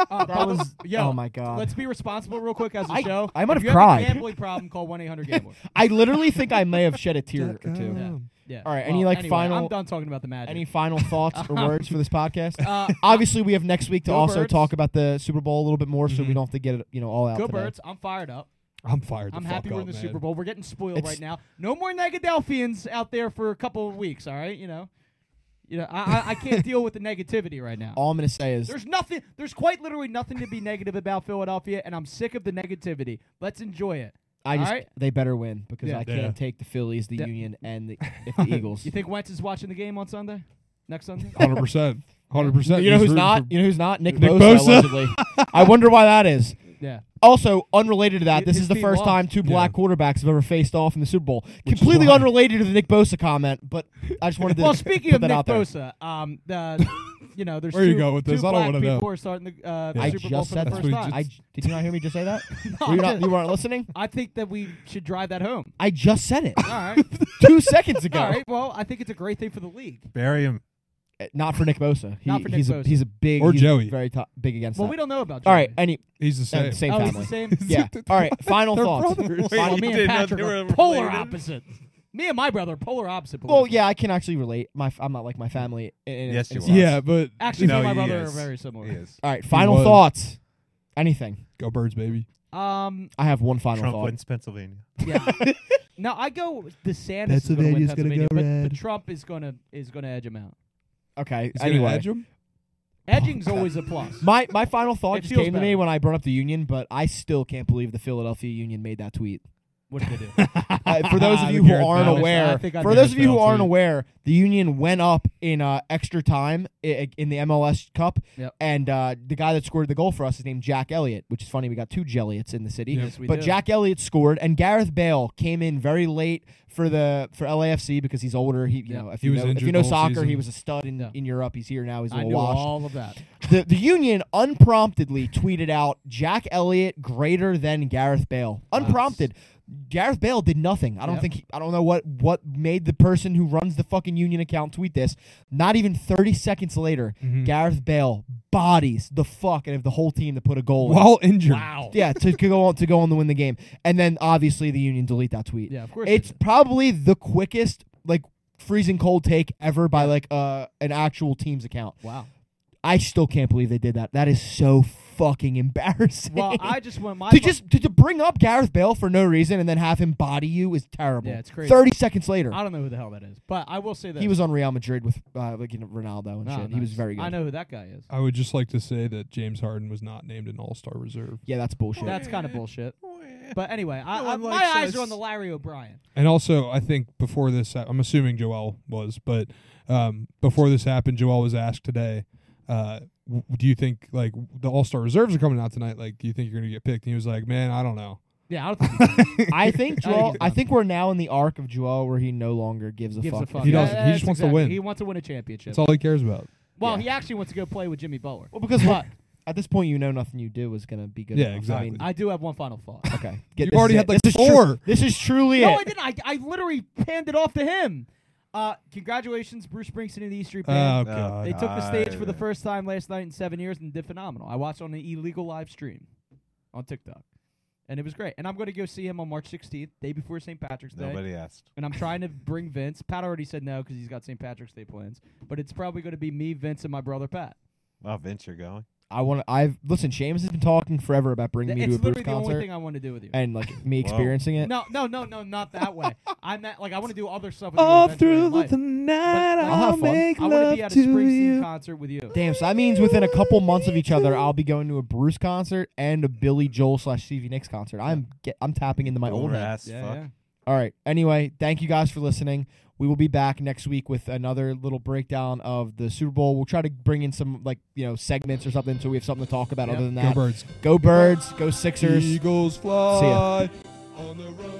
A: Uh,
B: That was
A: yo,
B: oh my god.
A: Let's be responsible real quick as a
B: I-
A: show.
B: I might
A: If
B: have
A: you
B: cried.
A: Have a gambling problem? Call one eight hundred gambler.
B: I literally think I may have shed a tear or two.
A: Yeah. Yeah.
B: All right,
A: Well,
B: any, like,
A: anyway,
B: final-
A: I'm done talking about the magic.
B: Any final thoughts or words for this podcast?
A: uh,
B: Obviously, we have next week to
A: Go
B: also
A: Birds. Mm-hmm.
B: talk about the Super Bowl a little bit more, so we
C: Mhm.
B: don't have to get it, you know, all out.
A: go
B: today.
A: birds! I'm fired up.
C: I'm fired. the
A: I'm
C: fuck
A: happy we're in
C: up,
A: the
C: man.
A: Super Bowl. We're getting spoiled
B: It's-
A: right now. No more Negadelphians out there for a couple of weeks. All right, you know, you know, I I, I can't deal with the negativity right now.
B: All I'm gonna say is
A: There's nothing. There's quite literally nothing to be negative about Philadelphia, and I'm sick of the negativity. Let's enjoy it.
B: I just
A: alright.
B: they better win because
A: Yeah.
B: I can't
C: Yeah.
B: take the Phillies, the
A: Yeah.
B: Union, and the, if the Eagles.
A: You think Wentz is watching the game on Sunday? Next Sunday?
B: Oh,
C: Hundred percent. Hundred percent.
B: You know who's not? You know who's not? Nick,
C: Nick
B: Bosa.
C: Bosa.
B: allegedly. I wonder why that is.
A: Yeah.
B: Also, unrelated to that,
A: Hi-
B: this
A: his
B: is the
A: team
B: first
A: lost.
B: time two black
C: Yeah.
B: quarterbacks have ever faced off in the Super Bowl.
C: Which is
B: Completely
C: why.
B: unrelated to the Nick Bosa comment, but I just wanted to
A: Well, speaking
B: put
A: of
B: that
A: Nick
B: out there.
A: Bosa, um, the you know, there's
C: Where you
A: two,
C: going with this?
A: two
C: I don't
A: black
C: wanna
A: people
C: know.
A: who are starting the uh,
C: Yeah.
B: I
A: Super Bowl
B: just
A: for
B: said
A: the
C: that.
A: first
C: That's
A: time.
C: what
B: I
A: I,
B: j- did you not hear me just say that?
A: No,
B: Were you,
A: I
B: not,
A: did.
B: you weren't listening.
A: I think that we should drive that home.
B: I just said it
A: All right,
B: two seconds ago.
A: all right. Well, I think it's a great thing for the league.
D: Bury him.
B: Uh, Not for Nick Bosa. He-
A: Not for Nick
B: he's
A: Bosa.
B: A, he's a big
C: Or
B: he's
C: Joey.
B: Very to- big against.
A: Well,
B: that.
A: we don't know about.
B: All right,
A: Joey.
B: any
C: He's the
B: uh,
C: same.
B: same
A: Oh, he's
B: family.
A: the same.
B: Yeah. All right. Final
C: They're
B: thoughts.
C: brothers.
D: Wait,
A: Well,
D: you
A: me and
D: didn't know
A: Patrick
D: they
A: are
D: were
A: polar
D: related?
A: opposite. Me and my brother are polar opposite. believe
B: Well,
A: it.
B: yeah, I can actually relate. My f- I'm not like my family. In, in,
D: Yes,
B: in a
D: you are.
B: sense.
C: Yeah, but
A: Actually, me
D: No,
A: and my
D: he
A: brother
D: is.
A: are very
D: He
A: similar.
D: is.
B: All right. Final
C: was.
B: thoughts. Anything.
C: go birds, baby.
A: Um,
B: I have one final
D: Trump
B: thought.
D: wins Pennsylvania.
A: yeah. no, I go. The Sanders is going to win
C: Pennsylvania's gonna
A: Pennsylvania,
C: go
A: but,
C: red.
A: but Trump is going to is going to edge him out.
B: Okay.
C: He's
B: anyway,
C: gonna edge him.
A: Edging's
B: Oh,
A: always a plus.
B: my my final thought
A: It
B: just
A: feels
B: came to me
A: better.
B: when I brought up the union, but I still can't believe the Philadelphia Union made that tweet.
A: what did they do?
B: Uh, for those of
C: The
B: you who
C: Garrett
B: aren't
C: Bell.
A: I
B: aware,
A: think I
B: for
A: did
B: those
C: a
B: of you who
C: Bell
B: aren't
C: tweet.
B: aware, the Union went up in uh, extra time in, in the MLS Cup,
A: Yep.
B: and uh, the guy that scored the goal for us is named Jack Elliott, which is funny. We got two Jelliots in the city,
C: Yep.
A: Yes, we
B: but
A: do.
B: Jack Elliott scored, and Gareth Bale came in very late for the for LAFC because he's older. He, you
A: Yep.
B: know, if
C: He
B: you
C: was
B: know, if you
C: injured
B: know
C: the whole
B: soccer, he
C: season.
B: was a stud in,
A: Yeah.
B: in Europe. He's here now. He's a
A: I
B: little
A: knew
B: washed
A: all of that.
B: the, the union unpromptedly tweeted out Jack Elliott greater than Gareth Bale. Unprompted. Gareth Bale did nothing. I don't
A: Yep.
B: think he, I don't know what what made the person who runs the fucking union account tweet this. Not even 30 seconds later,
A: Mm-hmm.
C: Mhm.
B: Gareth Bale bodies the fuck out of the whole team to put a goal. in.
C: While injured.
A: Wow.
B: Yeah, to, to go on to go on to win the game. And then obviously the union delete that tweet.
A: Yeah, of course.
B: It's
A: they
B: probably the quickest like freezing cold take ever by like uh an actual team's account.
A: do. wow.
B: I still can't believe they did that. That is so fucking embarrassing.
A: Well, I just want my
B: to
A: fu-
B: just to, to bring up Gareth Bale for no reason and then have him body you is terrible.
A: Yeah, it's crazy.
B: Thirty seconds later,
A: I don't know who the hell that is, but I will say that
B: he was on Real Madrid with uh, like you know, Ronaldo and
A: No,
B: shit. He was
A: nice.
B: very good.
A: I know who that guy is.
C: I would just like to say that James Harden was not named an All Star reserve,
B: Yeah, that's bullshit.
A: That's kind of bullshit. But anyway, I,
D: No
A: I,
D: one
A: my
D: likes
A: eyes
D: us.
A: are on the Larry O'Brien.
C: and also I think before this, I'm assuming Joel was, but um, before this happened, Joel was asked today, uh, w- "Do you think like the All Star reserves are coming out tonight? Like, do you think you're going to get picked?" And he was like, "Man, I don't know."
A: Yeah, I don't think he
B: I think
A: I think
B: Joel.
A: he's
B: I
A: done.
B: think we're now in the arc of Joel where he no longer gives a
A: gives
B: fuck.
A: a fuck.
C: He
A: Yeah,
C: doesn't. He
A: that's
C: just wants to
A: exactly-
C: win.
A: He wants to win a championship.
C: That's all he cares about.
A: well,
B: yeah.
A: he actually wants to go play with Jimmy Butler.
B: Well, because look, at this point you know nothing you do is gonna be good.
C: Yeah,
B: enough.
C: exactly.
B: I mean,
A: I do have one final thought.
B: okay, Get-
C: You've
B: this
C: already
B: is
C: had,
B: it.
C: like,
B: this is tru-
C: four.
B: this is truly
A: No,
B: it.
A: I didn't. I, I literally panned it off to him. Uh, congratulations, Bruce Springsteen and the E Street
C: Oh
A: Band.
C: god.
A: they took the stage for the
D: I-
A: first time last night in seven years and did phenomenal. I watched on an illegal live stream on TikTok, and it was great. And I'm going to go see him on March 16th, day before St. Patrick's Day.
D: Nobody asked.
A: And I'm trying to bring Vince. Pat already said no because he's got St. Patrick's Day plans. But it's probably going to be me, Vince, and my brother Pat.
D: Oh, Vince, you're going.
B: I want to. I've listen. Seamus has been talking forever about bringing me
A: it's
B: to a Bruce
A: literally the
B: concert.
A: only thing I want to do with you.
B: and like me
D: Wow.
B: experiencing it.
A: No, no, no, no, not that way. I'm not like I want to do other stuff. With
C: All
A: you eventually in
C: through
A: life.
C: the night,
A: I'll
C: I'll
B: have fun.
C: make
A: I want to
C: love
A: be at a
C: to
A: Springsteen
C: you.
A: concert with you.
B: Damn, so that means within a couple months of each other, I'll be going to a Bruce concert and a Billy Joel slash Stevie Nicks concert. I'm get, I'm tapping into my old
D: Older
B: head.
D: ass fuck.
B: All right. Anyway, thank you guys for listening. We will be back next week with another little breakdown of the Super Bowl. We'll try to bring in some like you know segments or something, so we have something to talk about.
A: Yep.
B: Other than
C: Go
B: that,
C: birds.
B: go birds, go Sixers.
C: Eagles fly on the road.